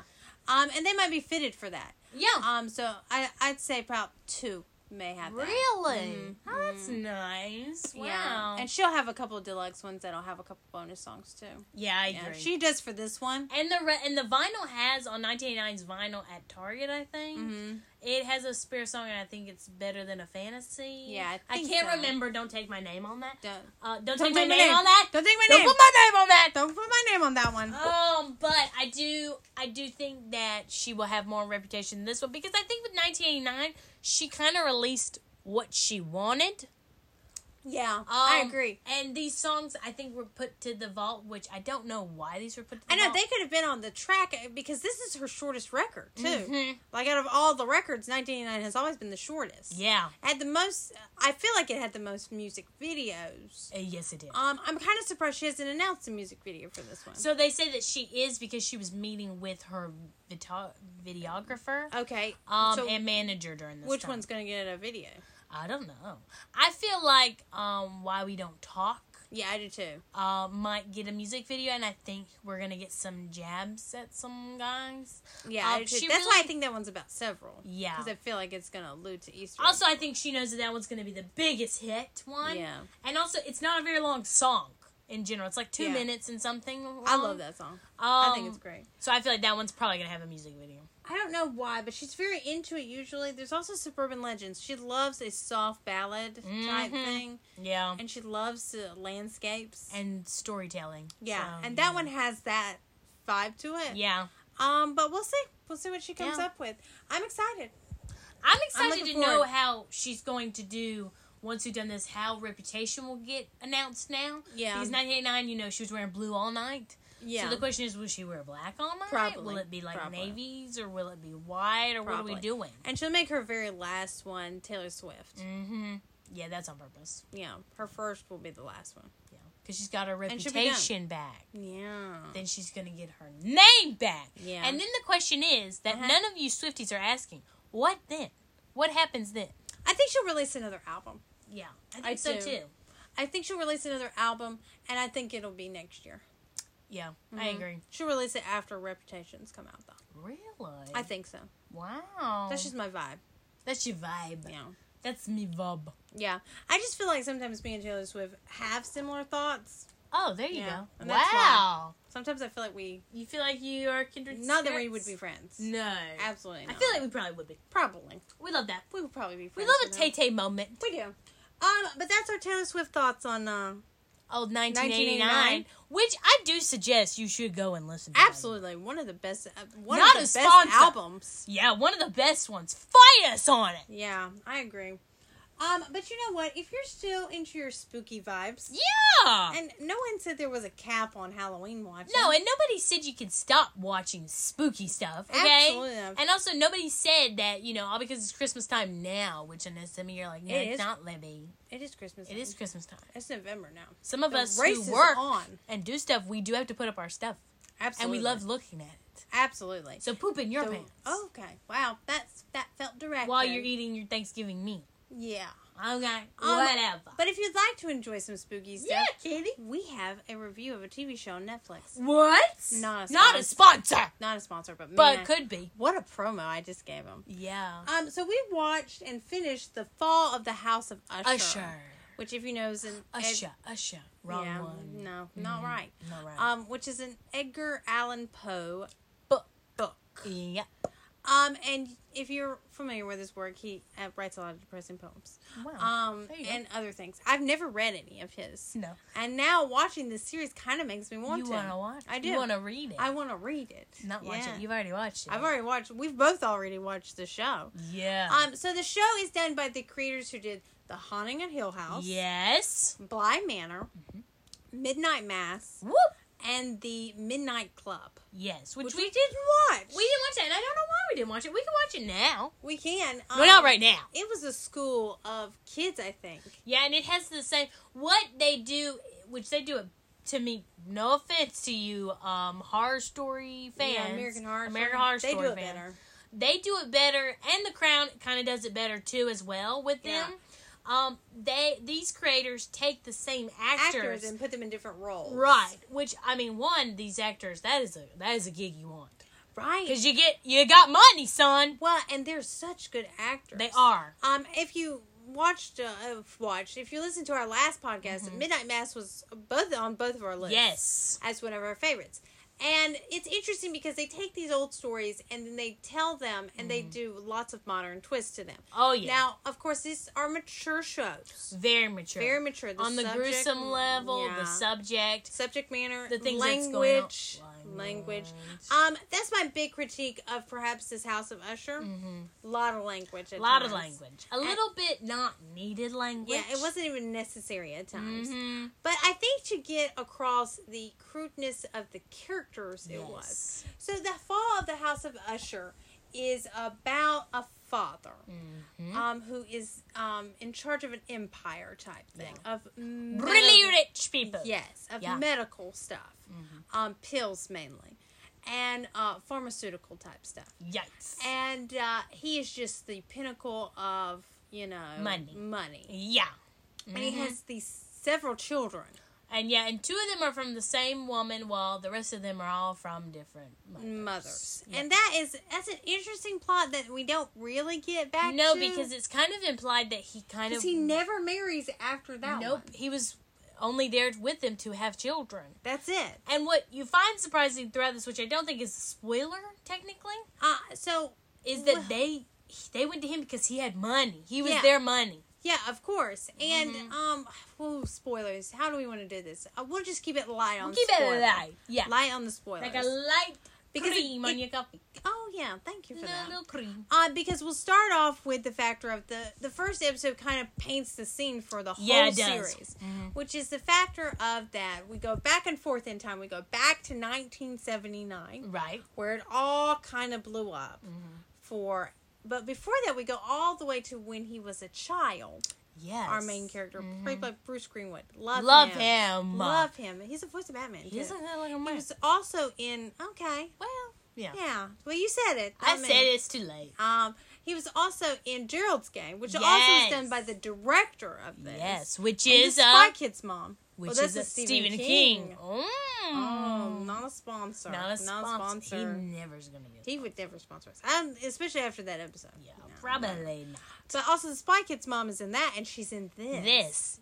Speaker 2: Um, and they might be fitted for that.
Speaker 1: yeah.
Speaker 2: Um, so I I'd say about two may have that.
Speaker 1: really?
Speaker 2: Mhm.
Speaker 1: Oh, that's nice. Wow.
Speaker 2: Yeah. And she'll have a couple deluxe ones that'll have a couple bonus songs too.
Speaker 1: yeah, I
Speaker 2: Yeah.
Speaker 1: agree.
Speaker 2: She does for this one.
Speaker 1: and the re- and the vinyl has on 1989's vinyl at Target, I think.
Speaker 2: Mm-hmm.
Speaker 1: It has a spare song, and I think it's better than a fantasy.
Speaker 2: Yeah, I
Speaker 1: I,
Speaker 2: think
Speaker 1: can't
Speaker 2: so.
Speaker 1: remember. Don't take my name on that.
Speaker 2: Don't,
Speaker 1: Uh, don't,
Speaker 2: Don't
Speaker 1: take my
Speaker 2: take my
Speaker 1: name,
Speaker 2: name.
Speaker 1: on that.
Speaker 2: don't take my
Speaker 1: Don't
Speaker 2: name.
Speaker 1: put my name on that.
Speaker 2: Don't put my name on that one.
Speaker 1: Um, but I do, I do think that she will have more reputation than this one because I think with 1989, she kind of released what she wanted.
Speaker 2: yeah,
Speaker 1: Um,
Speaker 2: I agree.
Speaker 1: And these songs, I think, were put to the vault, which I don't know why these were put to the
Speaker 2: I know
Speaker 1: vault.
Speaker 2: they could have been on the track uh, because this is her shortest record too.
Speaker 1: Mhm.
Speaker 2: Like out of all the records, 1989 has always been the shortest.
Speaker 1: Yeah.
Speaker 2: Had the most. I feel like it had the most music videos.
Speaker 1: Uh, yes, it did.
Speaker 2: Um, I'm kind of surprised she hasn't announced a music video for this one.
Speaker 1: so they say that she is because she was meeting with her vita- videographer.
Speaker 2: okay,
Speaker 1: um,
Speaker 2: so
Speaker 1: and manager during this.
Speaker 2: which
Speaker 1: time.
Speaker 2: one's gonna get a video?
Speaker 1: I don't know. I feel like um, why we don't talk
Speaker 2: Yeah, I do too.
Speaker 1: uh, might get a music video, and I think we're gonna get some jabs at some guys.
Speaker 2: Yeah,
Speaker 1: Um,
Speaker 2: I do too.
Speaker 1: she
Speaker 2: That's why I
Speaker 1: really-
Speaker 2: think that one's about several
Speaker 1: Yeah.
Speaker 2: because I feel like it's gonna allude to Easter.
Speaker 1: Also, I think she knows that that one's gonna be the biggest hit one.
Speaker 2: yeah,
Speaker 1: And also, it's not a very long song in general. It's like two
Speaker 2: Yeah.
Speaker 1: minutes and something.
Speaker 2: I
Speaker 1: long.
Speaker 2: love that song.
Speaker 1: Um,
Speaker 2: I think it's great.
Speaker 1: So I feel like that one's probably gonna have a music video.
Speaker 2: I don't know why, but she's very into it usually. There's also Suburban Legends. She loves a soft ballad type
Speaker 1: Mhm.
Speaker 2: thing,
Speaker 1: Yeah.
Speaker 2: and she loves uh, landscapes.
Speaker 1: And storytelling.
Speaker 2: yeah,
Speaker 1: So,
Speaker 2: and
Speaker 1: yeah.
Speaker 2: that one has that vibe to it.
Speaker 1: Yeah,
Speaker 2: Um, but we'll see. We'll see what she comes
Speaker 1: Yeah.
Speaker 2: up with. I'm excited.
Speaker 1: I'm excited
Speaker 2: looking
Speaker 1: to know
Speaker 2: forward.
Speaker 1: how she's going to do once we've done this. How Reputation will get announced now.
Speaker 2: Yeah.
Speaker 1: Because 1989, you know, she was wearing blue all night.
Speaker 2: Yeah.
Speaker 1: So the question is, will she wear black all night?
Speaker 2: Probably.
Speaker 1: Will it be like
Speaker 2: Probably.
Speaker 1: navies or will it be white or what are
Speaker 2: Probably.
Speaker 1: we doing?
Speaker 2: and she'll make her very last one Taylor Swift.
Speaker 1: Mm-hmm. Yeah, that's on purpose.
Speaker 2: Yeah, her first will be the last one.
Speaker 1: Yeah. Because she's got her
Speaker 2: And she'll be done.
Speaker 1: reputation back.
Speaker 2: Yeah.
Speaker 1: Then she's gonna get her name back.
Speaker 2: Yeah.
Speaker 1: And then the question is that
Speaker 2: Uh-huh.
Speaker 1: none of you Swifties are asking. What then? What happens then?
Speaker 2: I think she'll release another album.
Speaker 1: Yeah, I think
Speaker 2: I
Speaker 1: so
Speaker 2: do.
Speaker 1: too.
Speaker 2: I think she'll release another album, and I think it'll be next year.
Speaker 1: Yeah, I
Speaker 2: Mhm.
Speaker 1: agree.
Speaker 2: She'll release it after Reputations come out, though.
Speaker 1: Really?
Speaker 2: I think so.
Speaker 1: wow.
Speaker 2: That's just my vibe.
Speaker 1: that's your vibe.
Speaker 2: Yeah.
Speaker 1: That's me vibe.
Speaker 2: Yeah. I just feel like sometimes me and Taylor Swift have similar thoughts.
Speaker 1: Oh, there you
Speaker 2: Yeah,
Speaker 1: go.
Speaker 2: and that's
Speaker 1: Wow.
Speaker 2: Sometimes I feel like we
Speaker 1: You feel like you are kindred.
Speaker 2: not that we would
Speaker 1: spirits?
Speaker 2: be friends.
Speaker 1: No.
Speaker 2: Absolutely
Speaker 1: I
Speaker 2: not.
Speaker 1: feel like we probably would be.
Speaker 2: probably
Speaker 1: We love that.
Speaker 2: we would probably be
Speaker 1: We
Speaker 2: friends.
Speaker 1: love a
Speaker 2: with
Speaker 1: Tay
Speaker 2: them.
Speaker 1: Tay moment.
Speaker 2: We do. Um, but that's our Taylor Swift thoughts on uh,
Speaker 1: of 1989,
Speaker 2: 1989.
Speaker 1: which I do suggest you should go and listen to. that.
Speaker 2: Absolutely, one of the best, uh, one
Speaker 1: Not a
Speaker 2: of the best
Speaker 1: sponsor.
Speaker 2: albums.
Speaker 1: Yeah, one of the best ones. Fight us on it.
Speaker 2: Yeah, I agree. Um, but you know what? If you're still into your spooky vibes,
Speaker 1: Yeah.
Speaker 2: and no one said there was a cap on Halloween watching.
Speaker 1: no, and nobody said you could stop watching spooky stuff, okay?
Speaker 2: Absolutely not.
Speaker 1: And also, nobody said that, you know, all because it's Christmas time now, which in this semi, you're like, no,
Speaker 2: It
Speaker 1: it's
Speaker 2: is.
Speaker 1: not, Libby.
Speaker 2: it is Christmas.
Speaker 1: It is Christmas time.
Speaker 2: It's November now.
Speaker 1: Some of
Speaker 2: The
Speaker 1: us
Speaker 2: race
Speaker 1: who
Speaker 2: is
Speaker 1: work
Speaker 2: on.
Speaker 1: and do stuff, we do have to put up our stuff.
Speaker 2: Absolutely,
Speaker 1: And we love looking at it.
Speaker 2: absolutely.
Speaker 1: So poop in your
Speaker 2: So- oh,
Speaker 1: pants.
Speaker 2: okay. Wow, that's that felt direct.
Speaker 1: While you're eating your Thanksgiving meal.
Speaker 2: yeah.
Speaker 1: Okay.
Speaker 2: Um,
Speaker 1: Whatever.
Speaker 2: But if you'd like to enjoy some spooky stuff,
Speaker 1: yeah, Katie.
Speaker 2: we have a review of a TV show on Netflix.
Speaker 1: What?
Speaker 2: Not a
Speaker 1: Not a sponsor.
Speaker 2: Not a sponsor, but
Speaker 1: But
Speaker 2: man,
Speaker 1: could be.
Speaker 2: what a promo I just gave him.
Speaker 1: Yeah.
Speaker 2: Um, so we watched and finished the Fall of the House of Usher,
Speaker 1: Usher.
Speaker 2: which, if you know, is an Ed-
Speaker 1: Usher. Usher. Wrong
Speaker 2: yeah,
Speaker 1: one.
Speaker 2: No, not right.
Speaker 1: Not right.
Speaker 2: Um, which is an Edgar Allan Poe
Speaker 1: Book.
Speaker 2: book.
Speaker 1: Yeah.
Speaker 2: Um, and if you're familiar with his work, he uh, writes a lot of depressing poems.
Speaker 1: Wow.
Speaker 2: Um,
Speaker 1: Oh, There you go.
Speaker 2: and other things. I've never read any of his.
Speaker 1: No.
Speaker 2: And now watching this series kind of makes me want
Speaker 1: you
Speaker 2: to.
Speaker 1: want to watch?
Speaker 2: I do.
Speaker 1: You want to read it?
Speaker 2: I want to read it.
Speaker 1: Not watch
Speaker 2: Yeah.
Speaker 1: it. You've already watched it.
Speaker 2: I've already watched. We've both already watched the show.
Speaker 1: Yeah.
Speaker 2: Um, so the show is done by the creators who did The Haunting at Hill House,
Speaker 1: yes.
Speaker 2: Bly Manor,
Speaker 1: Mm-hmm.
Speaker 2: Midnight Mass,
Speaker 1: Whoop.
Speaker 2: and The Midnight Club,
Speaker 1: Yes. Which,
Speaker 2: which,
Speaker 1: we
Speaker 2: we didn't watch.
Speaker 1: we didn't watch that, and I don't know why we didn't watch it. We can watch it now.
Speaker 2: we can. um,
Speaker 1: well, not right now.
Speaker 2: It was a school of kids, I think.
Speaker 1: Yeah, and it has the same what they do, which they do it to me. No offense to you, um, horror story fans,
Speaker 2: Yeah, American Horror.
Speaker 1: American
Speaker 2: Story.
Speaker 1: Horror
Speaker 2: They
Speaker 1: Story
Speaker 2: do it
Speaker 1: fans.
Speaker 2: better.
Speaker 1: They do it better, and The Crown kind of does it better too, as well with
Speaker 2: Yeah.
Speaker 1: them. Um, they these creators take the same
Speaker 2: Actors and put them in different roles.
Speaker 1: Right, which I mean, one these actors that is a that is a gig you want
Speaker 2: Right.
Speaker 1: because you get you got money, son.
Speaker 2: Well, and they're such good actors.
Speaker 1: They are.
Speaker 2: Um, if you watched, uh, uh, watched, if you listened to our last podcast, Midnight Mass was both on both of our lists.
Speaker 1: Mm-hmm. Yes.
Speaker 2: as one of our favorites. And it's interesting because they take these old stories and then they tell them and they do lots of modern twists to them.
Speaker 1: Oh Mm-hmm. yeah.
Speaker 2: Now, of course, these are mature shows.
Speaker 1: very mature.
Speaker 2: Very mature.
Speaker 1: on the
Speaker 2: subject-
Speaker 1: gruesome level,
Speaker 2: yeah.
Speaker 1: the subject,
Speaker 2: subject matter,
Speaker 1: the things
Speaker 2: language,
Speaker 1: that's going on.
Speaker 2: language. Um, that's my big critique of perhaps this House of Usher. A lot of language.
Speaker 1: A Mm-hmm.
Speaker 2: at
Speaker 1: lot of
Speaker 2: times.
Speaker 1: language. A little bit not needed language.
Speaker 2: Yeah, it wasn't even necessary at times.
Speaker 1: Mhm.
Speaker 2: But I think to get across the crudeness of the characters, it was.
Speaker 1: Yes.
Speaker 2: So the fall of the House of Usher is about a father
Speaker 1: Mhm.
Speaker 2: um, who is um, in charge of an empire type thing of med-
Speaker 1: Really rich people.
Speaker 2: yes of
Speaker 1: Yeah. Mm-hmm.
Speaker 2: medical stuff, um, pills mainly, and uh, pharmaceutical type stuff.
Speaker 1: Yikes.
Speaker 2: And uh, he is just the pinnacle of you know
Speaker 1: Money.
Speaker 2: money,
Speaker 1: yeah.
Speaker 2: and he
Speaker 1: Mhm.
Speaker 2: has these several children.
Speaker 1: And yeah, and two of them are from the same woman, while the rest of them are all from different mothers.
Speaker 2: Mothers,
Speaker 1: Yeah.
Speaker 2: and that is that's an interesting plot that we don't really get back.
Speaker 1: no,
Speaker 2: to.
Speaker 1: because it's kind of implied that he kind of
Speaker 2: Because he never marries after that.
Speaker 1: nope.
Speaker 2: one.
Speaker 1: He was only there with them to have children.
Speaker 2: That's it.
Speaker 1: And what you find surprising throughout this, which I don't think is a spoiler technically,
Speaker 2: Uh, so
Speaker 1: is that
Speaker 2: Well-
Speaker 1: they they went to him because he had money. He was
Speaker 2: Yeah.
Speaker 1: their money.
Speaker 2: yeah, of course. And um, whoa, spoilers. How do we want to do this? Uh, we'll just keep it light on.
Speaker 1: Keep
Speaker 2: spoilers.
Speaker 1: it light. Yeah.
Speaker 2: Light on the spoilers.
Speaker 1: Like a light
Speaker 2: Because it-
Speaker 1: cream on your coffee.
Speaker 2: oh yeah, thank you for
Speaker 1: Little,
Speaker 2: that.
Speaker 1: little cream.
Speaker 2: Uh, because we'll start off with the factor of the the first episode kind of paints the scene for the whole
Speaker 1: Yeah, it does. Mm-hmm.
Speaker 2: series, which is the factor of that we go back and forth in time. We go back to 1979.
Speaker 1: Right.
Speaker 2: where it all kind of blew up
Speaker 1: Mm-hmm.
Speaker 2: for but before that we go all the way to when he was a child
Speaker 1: Yes. Mm-hmm.
Speaker 2: our main character played by bruce greenwood love,
Speaker 1: Love
Speaker 2: him.
Speaker 1: him.
Speaker 2: love him he's the voice of batman
Speaker 1: He
Speaker 2: too.
Speaker 1: doesn't look like a
Speaker 2: he
Speaker 1: man.
Speaker 2: was also in okay
Speaker 1: Well, yeah.
Speaker 2: yeah well you said it
Speaker 1: I
Speaker 2: not me.
Speaker 1: said it's too late.
Speaker 2: um he was also in gerald's game which also was
Speaker 1: Yes.
Speaker 2: done by the director of this
Speaker 1: Yes, which
Speaker 2: and
Speaker 1: is uh,
Speaker 2: the spy
Speaker 1: a
Speaker 2: kids mom
Speaker 1: which
Speaker 2: well, that's
Speaker 1: is a
Speaker 2: a
Speaker 1: Stephen,
Speaker 2: Stephen
Speaker 1: King.
Speaker 2: King.
Speaker 1: Mm.
Speaker 2: oh not a sponsor
Speaker 1: not a sponsor.
Speaker 2: sponsor.
Speaker 1: He never's gonna be. A
Speaker 2: He would never sponsor us, um, especially after that episode.
Speaker 1: yeah,
Speaker 2: No.
Speaker 1: probably not.
Speaker 2: But also, the Spy Kids mom is in that, and she's in this.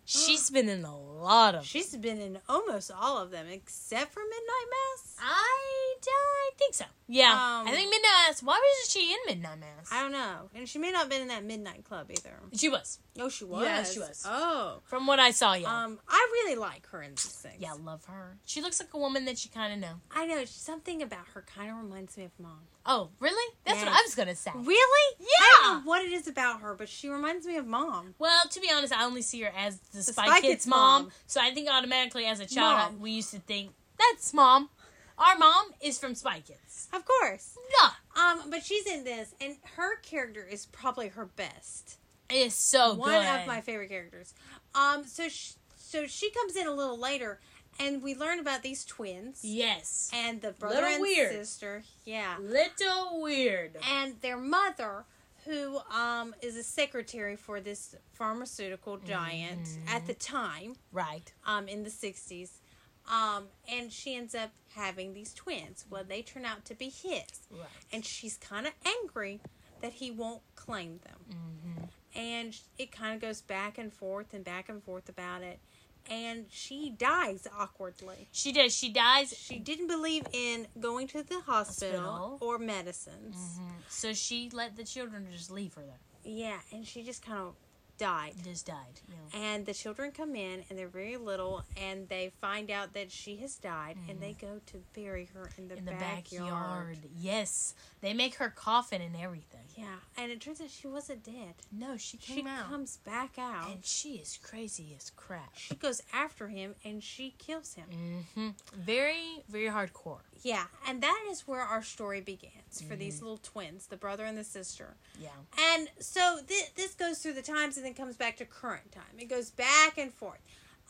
Speaker 1: This
Speaker 2: *gasps*
Speaker 1: she's been in a lot of.
Speaker 2: She's been in almost all of them, except for Midnight Mass.
Speaker 1: I, I think so. Yeah,
Speaker 2: Um,
Speaker 1: I think Midnight Mass. Why was she in Midnight Mass?
Speaker 2: I don't know. And she may not have been in that midnight club either.
Speaker 1: she was,
Speaker 2: Oh, she was.
Speaker 1: Yeah, she was.
Speaker 2: Oh.
Speaker 1: from what I saw. Yeah,
Speaker 2: Um, I really like her in these things.
Speaker 1: yeah, love her. She looks like a woman that you kind of know.
Speaker 2: I know something about her kind of reminds me of mom.
Speaker 1: Oh, really? That's what
Speaker 2: Yes.
Speaker 1: I was gonna say.
Speaker 2: Really?
Speaker 1: Yeah.
Speaker 2: I don't know what it is about her, but she reminds me of mom.
Speaker 1: Well, to be honest, I only see her as the, Spy,
Speaker 2: Spy
Speaker 1: Kids,
Speaker 2: Kids
Speaker 1: mom.
Speaker 2: mom.
Speaker 1: So I think automatically, as a child,
Speaker 2: Mom.
Speaker 1: we used to think that's mom. Our mom is from Spy Kids.
Speaker 2: Of course.
Speaker 1: Yeah,
Speaker 2: Um, but she's in this, and her character is probably her best.
Speaker 1: it is so
Speaker 2: One
Speaker 1: Oh, good.
Speaker 2: of my favorite characters. Um, so sh so she comes in a little later, and we learn about these twins
Speaker 1: yes,
Speaker 2: and the brother
Speaker 1: Little
Speaker 2: and
Speaker 1: weird.
Speaker 2: sister. Yeah,
Speaker 1: little weird.
Speaker 2: and their mother, who um is a secretary for this pharmaceutical giant
Speaker 1: Mm-hmm.
Speaker 2: at the time,
Speaker 1: Right.
Speaker 2: um, in the 60s. Um, and she ends up having these twins. Well, they turn out to be his.
Speaker 1: Right.
Speaker 2: And she's kind of angry that he won't claim them.
Speaker 1: Mm-hmm.
Speaker 2: And sh- it kind of goes back and forth and back and forth about it. And she dies awkwardly.
Speaker 1: She does. She dies.
Speaker 2: She didn't believe in going to the hospital,
Speaker 1: Hospital. Mm-hmm.
Speaker 2: or medicines.
Speaker 1: So she let the children just leave her there.
Speaker 2: Yeah, and she just kind of died.
Speaker 1: Just died. You know.
Speaker 2: And the children come in, and they're very little, and they find out that she has died, and they go to bury her in the,
Speaker 1: Mm. In the
Speaker 2: backyard.
Speaker 1: backyard. Yes. They make her coffin and everything.
Speaker 2: Yeah, and it turns out she wasn't dead.
Speaker 1: No, she came
Speaker 2: she
Speaker 1: out.
Speaker 2: comes back out.
Speaker 1: and she is crazy as crap.
Speaker 2: she goes after him, and she kills him.
Speaker 1: hmm Very, very hardcore.
Speaker 2: Yeah, and that is where our story begins for
Speaker 1: Mm.
Speaker 2: these little twins, the brother and the sister.
Speaker 1: Yeah.
Speaker 2: And so th- this goes through the times and then comes back to current time. It goes back and forth.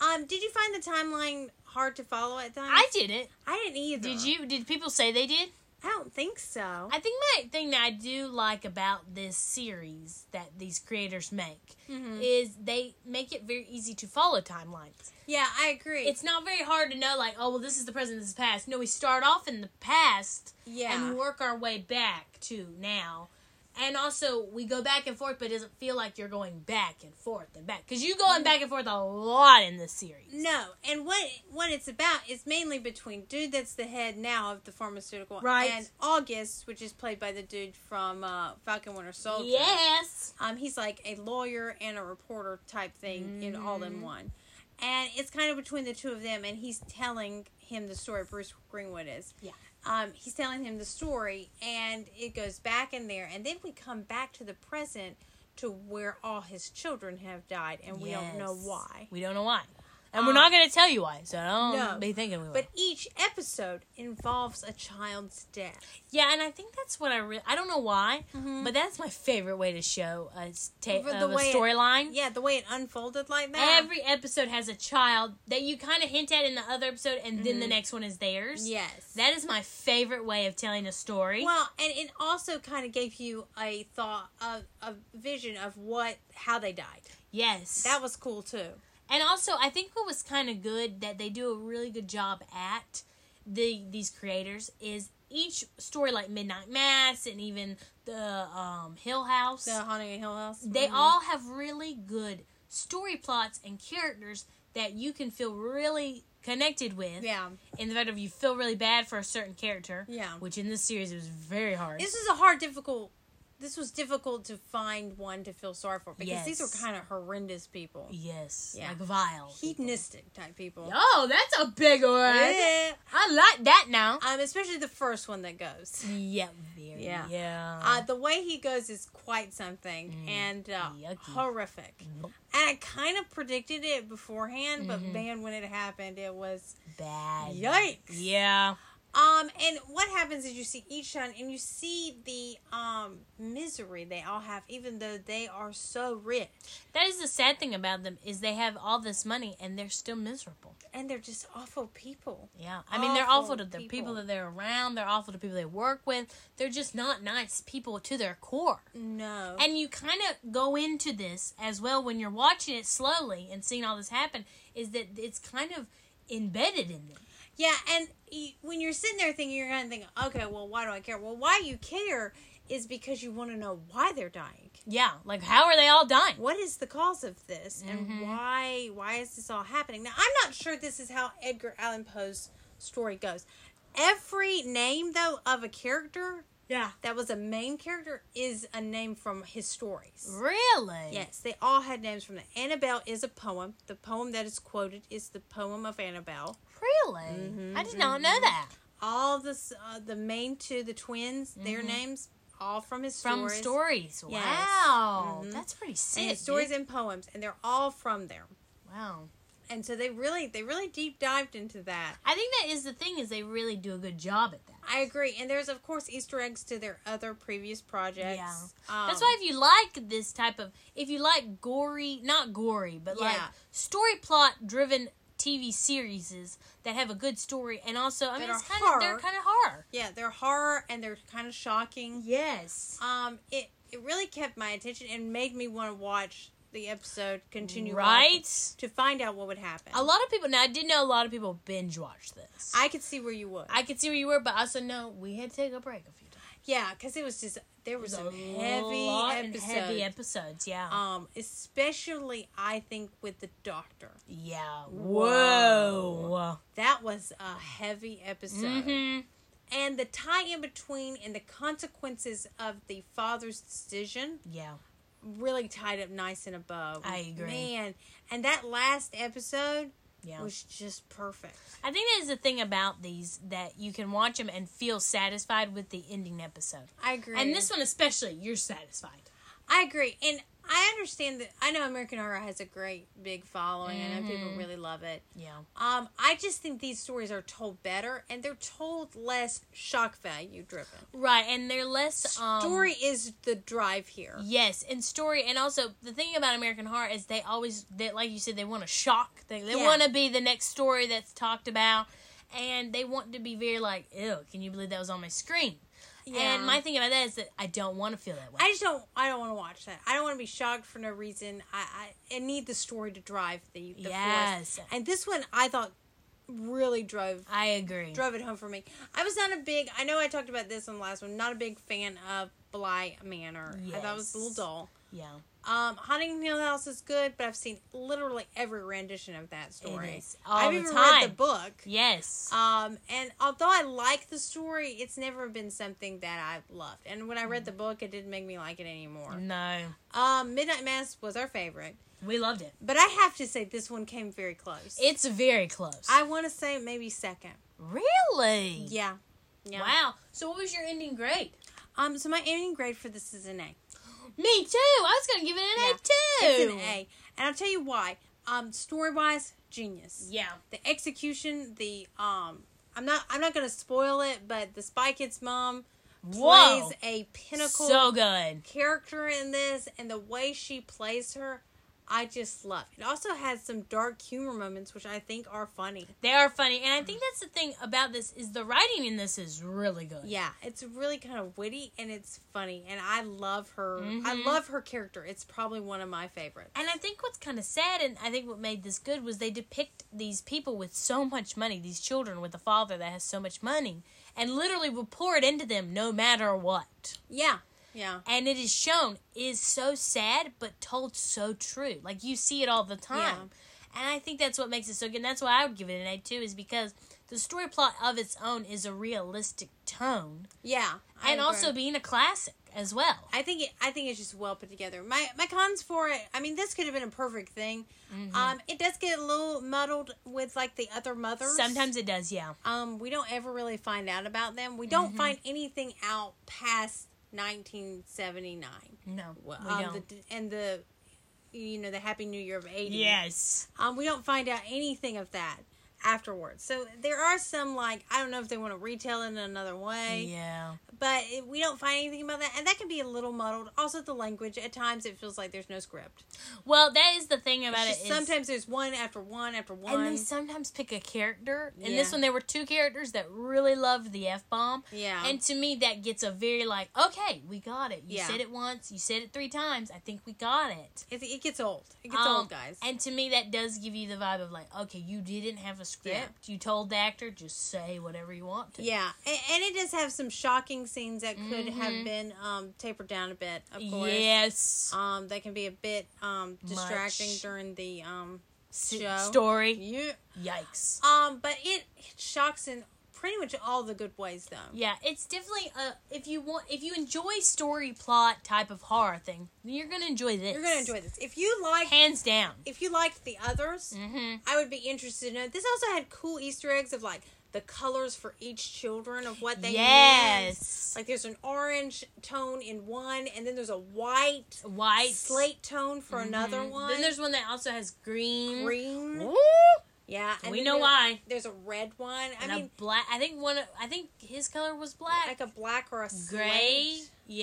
Speaker 2: Um, did you find the timeline hard to follow at times?
Speaker 1: I did it.
Speaker 2: I didn't either.
Speaker 1: Did you? Did people say they did?
Speaker 2: I don't think so.
Speaker 1: I think my thing that I do like about this series that these creators make is they make it very easy to follow timelines.
Speaker 2: yeah, I agree.
Speaker 1: It's not very hard to know, like, oh, well, this is the present, this is past. No, we start off in the past
Speaker 2: yeah,
Speaker 1: and work our way back to now. And also, we go back and forth, but it doesn't feel like you're going back and forth and back. Because you going back and forth a lot in this series.
Speaker 2: no. And what what it's about is mainly between dude that's the head now of the pharmaceutical,
Speaker 1: Right.
Speaker 2: and August, which is played by the dude from uh, Falcon Winter Soldier.
Speaker 1: Yes.
Speaker 2: Um, he's like a lawyer and a reporter type thing in all
Speaker 1: Mm-hmm.
Speaker 2: in one. And it's kind of between the two of them, and he's telling him the story. Bruce Greenwood is.
Speaker 1: Yeah.
Speaker 2: Um, he's telling him the story, and it goes back in there, and then we come back to the present to where all his children have died, and we don't know
Speaker 1: Yes.
Speaker 2: why.
Speaker 1: We don't know why. And
Speaker 2: Um,
Speaker 1: we're not going to tell you why, so don't
Speaker 2: no.
Speaker 1: be thinking we will.
Speaker 2: But each episode involves a child's death.
Speaker 1: Yeah, and I think that's what I really. I don't know why, but that's my favorite way to show a s- ta-
Speaker 2: The
Speaker 1: of a
Speaker 2: way it-
Speaker 1: storyline.
Speaker 2: Yeah, the way it unfolded like that.
Speaker 1: Every episode has a child that you kind of hint at in the other episode, and then the next one is theirs.
Speaker 2: Mm-hmm. yes.
Speaker 1: that is my favorite way of telling a story.
Speaker 2: Well, and it also kind of gave you a thought, a, a vision of what, how they died.
Speaker 1: yes,
Speaker 2: That was cool too.
Speaker 1: and also I think what was kind of good that they do a really good job at the these creators is each story like Midnight Mass and even the um, Hill House.
Speaker 2: The Haunting of Hill House.
Speaker 1: They
Speaker 2: Mhm.
Speaker 1: all have really good story plots and characters that you can feel really connected with.
Speaker 2: Yeah.
Speaker 1: In the fact of you feel really bad for a certain character.
Speaker 2: Yeah.
Speaker 1: Which in this series it was very hard.
Speaker 2: This is a hard, difficult. This was difficult to find one to feel sorry for because these
Speaker 1: Yes.
Speaker 2: were kind of horrendous people,
Speaker 1: yes.
Speaker 2: Yeah.
Speaker 1: Like vile.
Speaker 2: hedonistic type people.
Speaker 1: oh, that's a big one.
Speaker 2: Yeah.
Speaker 1: I like that now.
Speaker 2: *laughs* Um, especially the first one that goes.
Speaker 1: yeah. Very,
Speaker 2: Yeah.
Speaker 1: yeah.
Speaker 2: Uh, the way he goes is quite something and uh,
Speaker 1: yucky.
Speaker 2: horrific. And I kind of predicted it beforehand, but man, when it happened, it was
Speaker 1: Bad.
Speaker 2: yikes.
Speaker 1: Yeah.
Speaker 2: Um, and what happens is you see each one, and you see the um misery they all have, even though they are so rich,
Speaker 1: That is the sad thing about them is they have all this money and they're still miserable.
Speaker 2: and they're just awful people.
Speaker 1: Yeah, I mean they're
Speaker 2: Awful
Speaker 1: awful to the people.
Speaker 2: people.
Speaker 1: that they're around. They're awful to people they work with. They're just not nice people to their core.
Speaker 2: No,
Speaker 1: And you kind of go into this as well when you're watching it slowly and seeing all this happen. Is that it's kind of embedded in them?
Speaker 2: yeah, and you, when you're sitting there thinking, you're gonna think, okay, well, why do I care? Well, why you care is because you want to know why they're dying.
Speaker 1: Yeah, like how are they all dying?
Speaker 2: What is the cause of this,
Speaker 1: Mm-hmm.
Speaker 2: and why why is this all happening? Now, I'm not sure this is how Edgar Allan Poe's story goes. Every name though of a character
Speaker 1: Yeah.
Speaker 2: that was a main character is a name from his stories.
Speaker 1: Really?
Speaker 2: Yes, they all had names from that. Annabelle is a poem. The poem that is quoted is the poem of Annabelle.
Speaker 1: Really?
Speaker 2: Mm-hmm,
Speaker 1: I did not know that.
Speaker 2: All the s- uh, the main two, the twins, their names all from his
Speaker 1: Mm-hmm. From
Speaker 2: stories.
Speaker 1: stories. Mm-hmm.
Speaker 2: Yes.
Speaker 1: Wow.
Speaker 2: Mhm.
Speaker 1: That's pretty
Speaker 2: and
Speaker 1: sick.
Speaker 2: his stories
Speaker 1: dude.
Speaker 2: and poems, and they're all from there.
Speaker 1: Wow.
Speaker 2: And so they really they really deep dived into that.
Speaker 1: I think that is the thing is they really do a good job at that.
Speaker 2: I agree. And there's of course Easter eggs to their other previous projects.
Speaker 1: Yeah.
Speaker 2: Um,
Speaker 1: That's why if you like this type of if you like gory, not gory, but like
Speaker 2: Yeah.
Speaker 1: story plot driven TV series that have a good story and also I
Speaker 2: That
Speaker 1: mean
Speaker 2: are
Speaker 1: it's kind of they're
Speaker 2: horror.
Speaker 1: kind of horror.
Speaker 2: Yeah, they're horror and they're kind of shocking.
Speaker 1: Yes.
Speaker 2: Um, it it really kept my attention and made me want to watch the episode continue. on
Speaker 1: Right?
Speaker 2: to find out what would happen.
Speaker 1: A lot of people now I did know a lot of people binge watch this. I,
Speaker 2: I could see where you would.
Speaker 1: I could see where you were, but I also know we had to take a break a few times.
Speaker 2: yeah, because it was just there was
Speaker 1: There's
Speaker 2: some
Speaker 1: a
Speaker 2: heavy
Speaker 1: lot and
Speaker 2: episodes.
Speaker 1: heavy uh-huh. episodes, yeah.
Speaker 2: um, especially I think with the doctor.
Speaker 1: yeah.
Speaker 2: Whoa.
Speaker 1: Whoa.
Speaker 2: That was a heavy episode.
Speaker 1: Mm-hmm.
Speaker 2: And the tie in between and the consequences of the father's decision
Speaker 1: Yeah.
Speaker 2: really tied up nice and above.
Speaker 1: I agree.
Speaker 2: Man, and that last episode
Speaker 1: Yeah.
Speaker 2: was just perfect.
Speaker 1: I think that is the thing about these that you can watch them and feel satisfied with the ending episode.
Speaker 2: I agree.
Speaker 1: And this one especially, you're satisfied.
Speaker 2: I agree. And I understand that I know American Horror has a great big following. I know
Speaker 1: Mm-hmm.
Speaker 2: people really love it.
Speaker 1: Yeah.
Speaker 2: Um, I just think these stories are told better and they're told less shock value driven.
Speaker 1: Right, and they're less um,
Speaker 2: Story is the drive here.
Speaker 1: Yes, and story, and also the thing about American Horror is they always, they, like you said, they want to shock. They, they
Speaker 2: Yeah.
Speaker 1: want to be the next story that's talked about, and they want to be very like, ew, can you believe that was on my screen? And my thing about that is that I don't want to feel that way.
Speaker 2: I just don't. I don't want to watch that. I don't want to be shocked for no reason. I I, I need the story to drive the, the
Speaker 1: Yes.
Speaker 2: force. And this one, I thought, really drove
Speaker 1: I agree.
Speaker 2: drove it home for me. I was not a big. I know I talked about this on the last one. Not a big fan of Bly Manor. I thought it was a little
Speaker 1: Yes.
Speaker 2: dull.
Speaker 1: yeah,
Speaker 2: Um, Haunting Hill House is good, but I've seen literally every rendition of that story.
Speaker 1: is. All
Speaker 2: I've
Speaker 1: the
Speaker 2: even read
Speaker 1: time.
Speaker 2: the book.
Speaker 1: yes,
Speaker 2: Um, and although I like the story, it's never been something that I loved. And when I
Speaker 1: Mm.
Speaker 2: read the book, it didn't make me like it anymore.
Speaker 1: no,
Speaker 2: Um, Midnight Mass was our favorite,
Speaker 1: we loved it.
Speaker 2: but I have to say this one came very close.
Speaker 1: It's very close.
Speaker 2: I want to say maybe second.
Speaker 1: really?
Speaker 2: Yeah. Yeah.
Speaker 1: Wow. So what was your ending grade?
Speaker 2: Um, so my ending grade for this is an A.
Speaker 1: Me too. I was gonna give it an
Speaker 2: Yeah.
Speaker 1: A too.
Speaker 2: It's an A, and I'll tell you why. Um, story wise, genius.
Speaker 1: Yeah.
Speaker 2: the execution, the um, I'm not I'm not gonna spoil it, but the Spy Kids mom
Speaker 1: Whoa.
Speaker 2: plays a pinnacle
Speaker 1: So good.
Speaker 2: character in this, and the way she plays her, I just love. It also has some dark humor moments, which I think are funny.
Speaker 1: They are funny, and I think that's the thing about this is the writing in this is really good.
Speaker 2: Yeah, it's really kind of witty and it's funny, and I love her. I
Speaker 1: Mhm.
Speaker 2: love her character. It's probably one of my favorites.
Speaker 1: And I think what's kind of sad, and I think what made this good was they depict these people with so much money, these children with a father that has so much money, and literally will pour it into them no matter what.
Speaker 2: Yeah, yeah,
Speaker 1: and it is shown is so sad but told so true like you see it all the time and i think that's what makes it so good and that's why i would give it an a too is because the story plot of its own is a realistic tone
Speaker 2: yeah. I
Speaker 1: and also
Speaker 2: agree.
Speaker 1: being a classic as well
Speaker 2: I think it, I think it's just well put together. My my cons for it. I mean, this could have been a perfect thing.
Speaker 1: Mm-hmm.
Speaker 2: Um, it does get a little muddled with like the other mothers.
Speaker 1: sometimes it does yeah
Speaker 2: um, we don't ever really find out about them. We
Speaker 1: Mm-hmm.
Speaker 2: don't find anything out past 1979.
Speaker 1: no
Speaker 2: Well,
Speaker 1: we
Speaker 2: um,
Speaker 1: don't
Speaker 2: The, and the you know the Happy New Year of 80.
Speaker 1: yes
Speaker 2: Um, we don't find out anything of that afterwards. So there are some like I don't know if they want to retell it in another way
Speaker 1: yeah
Speaker 2: but it, we don't find anything about that and that can be a little muddled also the language at times it feels like there's no script
Speaker 1: well that is the thing about
Speaker 2: It's
Speaker 1: it
Speaker 2: just
Speaker 1: is
Speaker 2: sometimes there's one after one after one
Speaker 1: and they sometimes pick a character in
Speaker 2: Yeah.
Speaker 1: this one there were two characters that really loved the f-bomb
Speaker 2: yeah
Speaker 1: And to me, that gets a very like, okay, we got it. You
Speaker 2: Yeah.
Speaker 1: said it once, you said it three times. I think we got it.
Speaker 2: it, it gets old it gets
Speaker 1: Um,
Speaker 2: old guys
Speaker 1: And to me, that does give you the vibe of like, okay, you didn't have a script. You told the actor, just say whatever you want to.
Speaker 2: yeah and, and it does have some shocking scenes that could
Speaker 1: Mhm.
Speaker 2: have been um tapered down a bit of course
Speaker 1: Yes.
Speaker 2: um that can be a bit um distracting
Speaker 1: Much.
Speaker 2: during the um
Speaker 1: S-
Speaker 2: show.
Speaker 1: Story.
Speaker 2: yeah
Speaker 1: Yikes.
Speaker 2: um but it, it shocks and pretty much all the good ways, though.
Speaker 1: Yeah, it's definitely a if you want if you enjoy story plot type of horror thing, you're gonna enjoy this.
Speaker 2: You're gonna enjoy this if you like.
Speaker 1: hands down.
Speaker 2: If you liked the others,
Speaker 1: Mm-hmm.
Speaker 2: I would be interested. In it. This also had cool Easter eggs of like the colors for each children of what they meant.
Speaker 1: yes,
Speaker 2: Like there's an orange tone in one, and then there's a white
Speaker 1: white
Speaker 2: slate tone for another
Speaker 1: Mhm.
Speaker 2: one.
Speaker 1: Then there's one that also has green.
Speaker 2: green.
Speaker 1: Woo!
Speaker 2: Yeah, and
Speaker 1: We
Speaker 2: then
Speaker 1: know
Speaker 2: there-
Speaker 1: why.
Speaker 2: There's a red one. I
Speaker 1: And
Speaker 2: mean,
Speaker 1: a black. I think one. of- I think his color was black.
Speaker 2: like a black or a
Speaker 1: gray.
Speaker 2: slate.
Speaker 1: Yeah.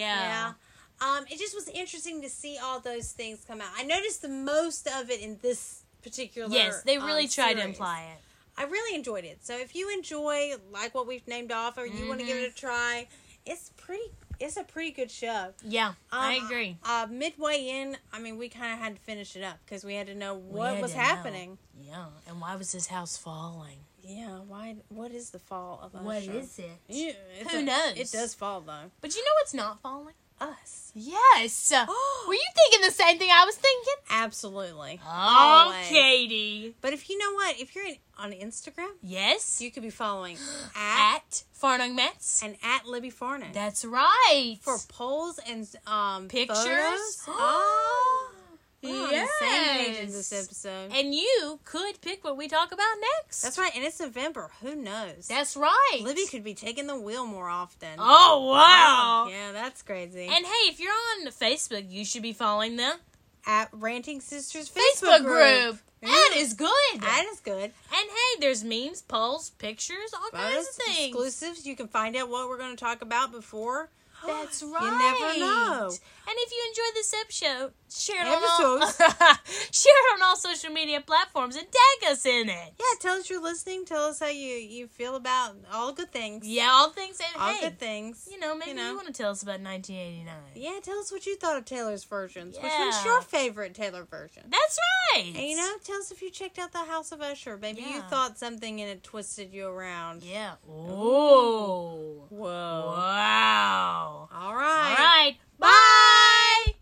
Speaker 2: Yeah. Um, it just was interesting to see all those things come out. I noticed the most of it in this particular.
Speaker 1: Yes, they really
Speaker 2: um,
Speaker 1: tried to
Speaker 2: series.
Speaker 1: imply it.
Speaker 2: I really enjoyed it. So if you enjoy like what we've named off, or you want to give it a
Speaker 1: Mm-hmm.
Speaker 2: try, it's pretty. It's a pretty good show.
Speaker 1: Yeah, I
Speaker 2: Um,
Speaker 1: agree.
Speaker 2: Uh, midway in, I mean, we kind of had to finish it up because we had to know what
Speaker 1: had
Speaker 2: was
Speaker 1: to know.
Speaker 2: happening.
Speaker 1: Yeah, and why was his house falling?
Speaker 2: Yeah. Why? What is the fall of Usher?
Speaker 1: What is it?
Speaker 2: Yeah, it's
Speaker 1: Who knows?
Speaker 2: It does fall though.
Speaker 1: But you know what's not falling? *gasps*
Speaker 2: Us.
Speaker 1: Yes. *gasps* Were you thinking the same thing I was thinking?
Speaker 2: Absolutely.
Speaker 1: Oh,
Speaker 2: Always.
Speaker 1: Katie.
Speaker 2: But if you know what, if you're in, on Instagram,
Speaker 1: Yes.
Speaker 2: you could
Speaker 1: *gasps*
Speaker 2: be following at,
Speaker 1: at Farnung Mets.
Speaker 2: and at Libby Farnan
Speaker 1: That's right.
Speaker 2: for polls and um
Speaker 1: Pictures? *gasps*
Speaker 2: photos. Oh, we're on the same page in
Speaker 1: Yes.
Speaker 2: this episode.
Speaker 1: and you could pick what we talk about next.
Speaker 2: That's right, and it's November. Who knows?
Speaker 1: That's right.
Speaker 2: Libby could be taking the wheel more often.
Speaker 1: Oh wow.
Speaker 2: Yeah, that's crazy.
Speaker 1: And hey, if you're on Facebook, you should be following the
Speaker 2: at Ranting Sisters
Speaker 1: Facebook,
Speaker 2: Facebook, Mm.
Speaker 1: group. That
Speaker 2: Yeah.
Speaker 1: is good.
Speaker 2: That is good.
Speaker 1: and hey, there's memes, polls, pictures, all kinds
Speaker 2: Bonus
Speaker 1: of things.
Speaker 2: exclusives. You can find out what we're going to talk about before.
Speaker 1: *gasps* That's
Speaker 2: You
Speaker 1: right.
Speaker 2: never know.
Speaker 1: And if you enjoyed this episode, share it on all,
Speaker 2: Episodes.
Speaker 1: *laughs* share it on all social media platforms and tag us in it.
Speaker 2: Yeah, tell us you're listening. Tell us how you, you feel about all good things.
Speaker 1: Yeah, all things. And
Speaker 2: All
Speaker 1: hey,
Speaker 2: good things.
Speaker 1: you know, maybe you,
Speaker 2: know.
Speaker 1: want to tell us about 1989.
Speaker 2: Yeah, tell us what you thought of Taylor's versions. Which
Speaker 1: Yeah.
Speaker 2: one's your favorite Taylor version?
Speaker 1: That's right.
Speaker 2: And you know, tell us if you checked out the House of Usher. Maybe you
Speaker 1: Yeah.
Speaker 2: thought something and it twisted you around.
Speaker 1: Yeah. Oh.
Speaker 2: Whoa.
Speaker 1: Wow.
Speaker 2: All
Speaker 1: All
Speaker 2: right.
Speaker 1: right.
Speaker 2: Bye.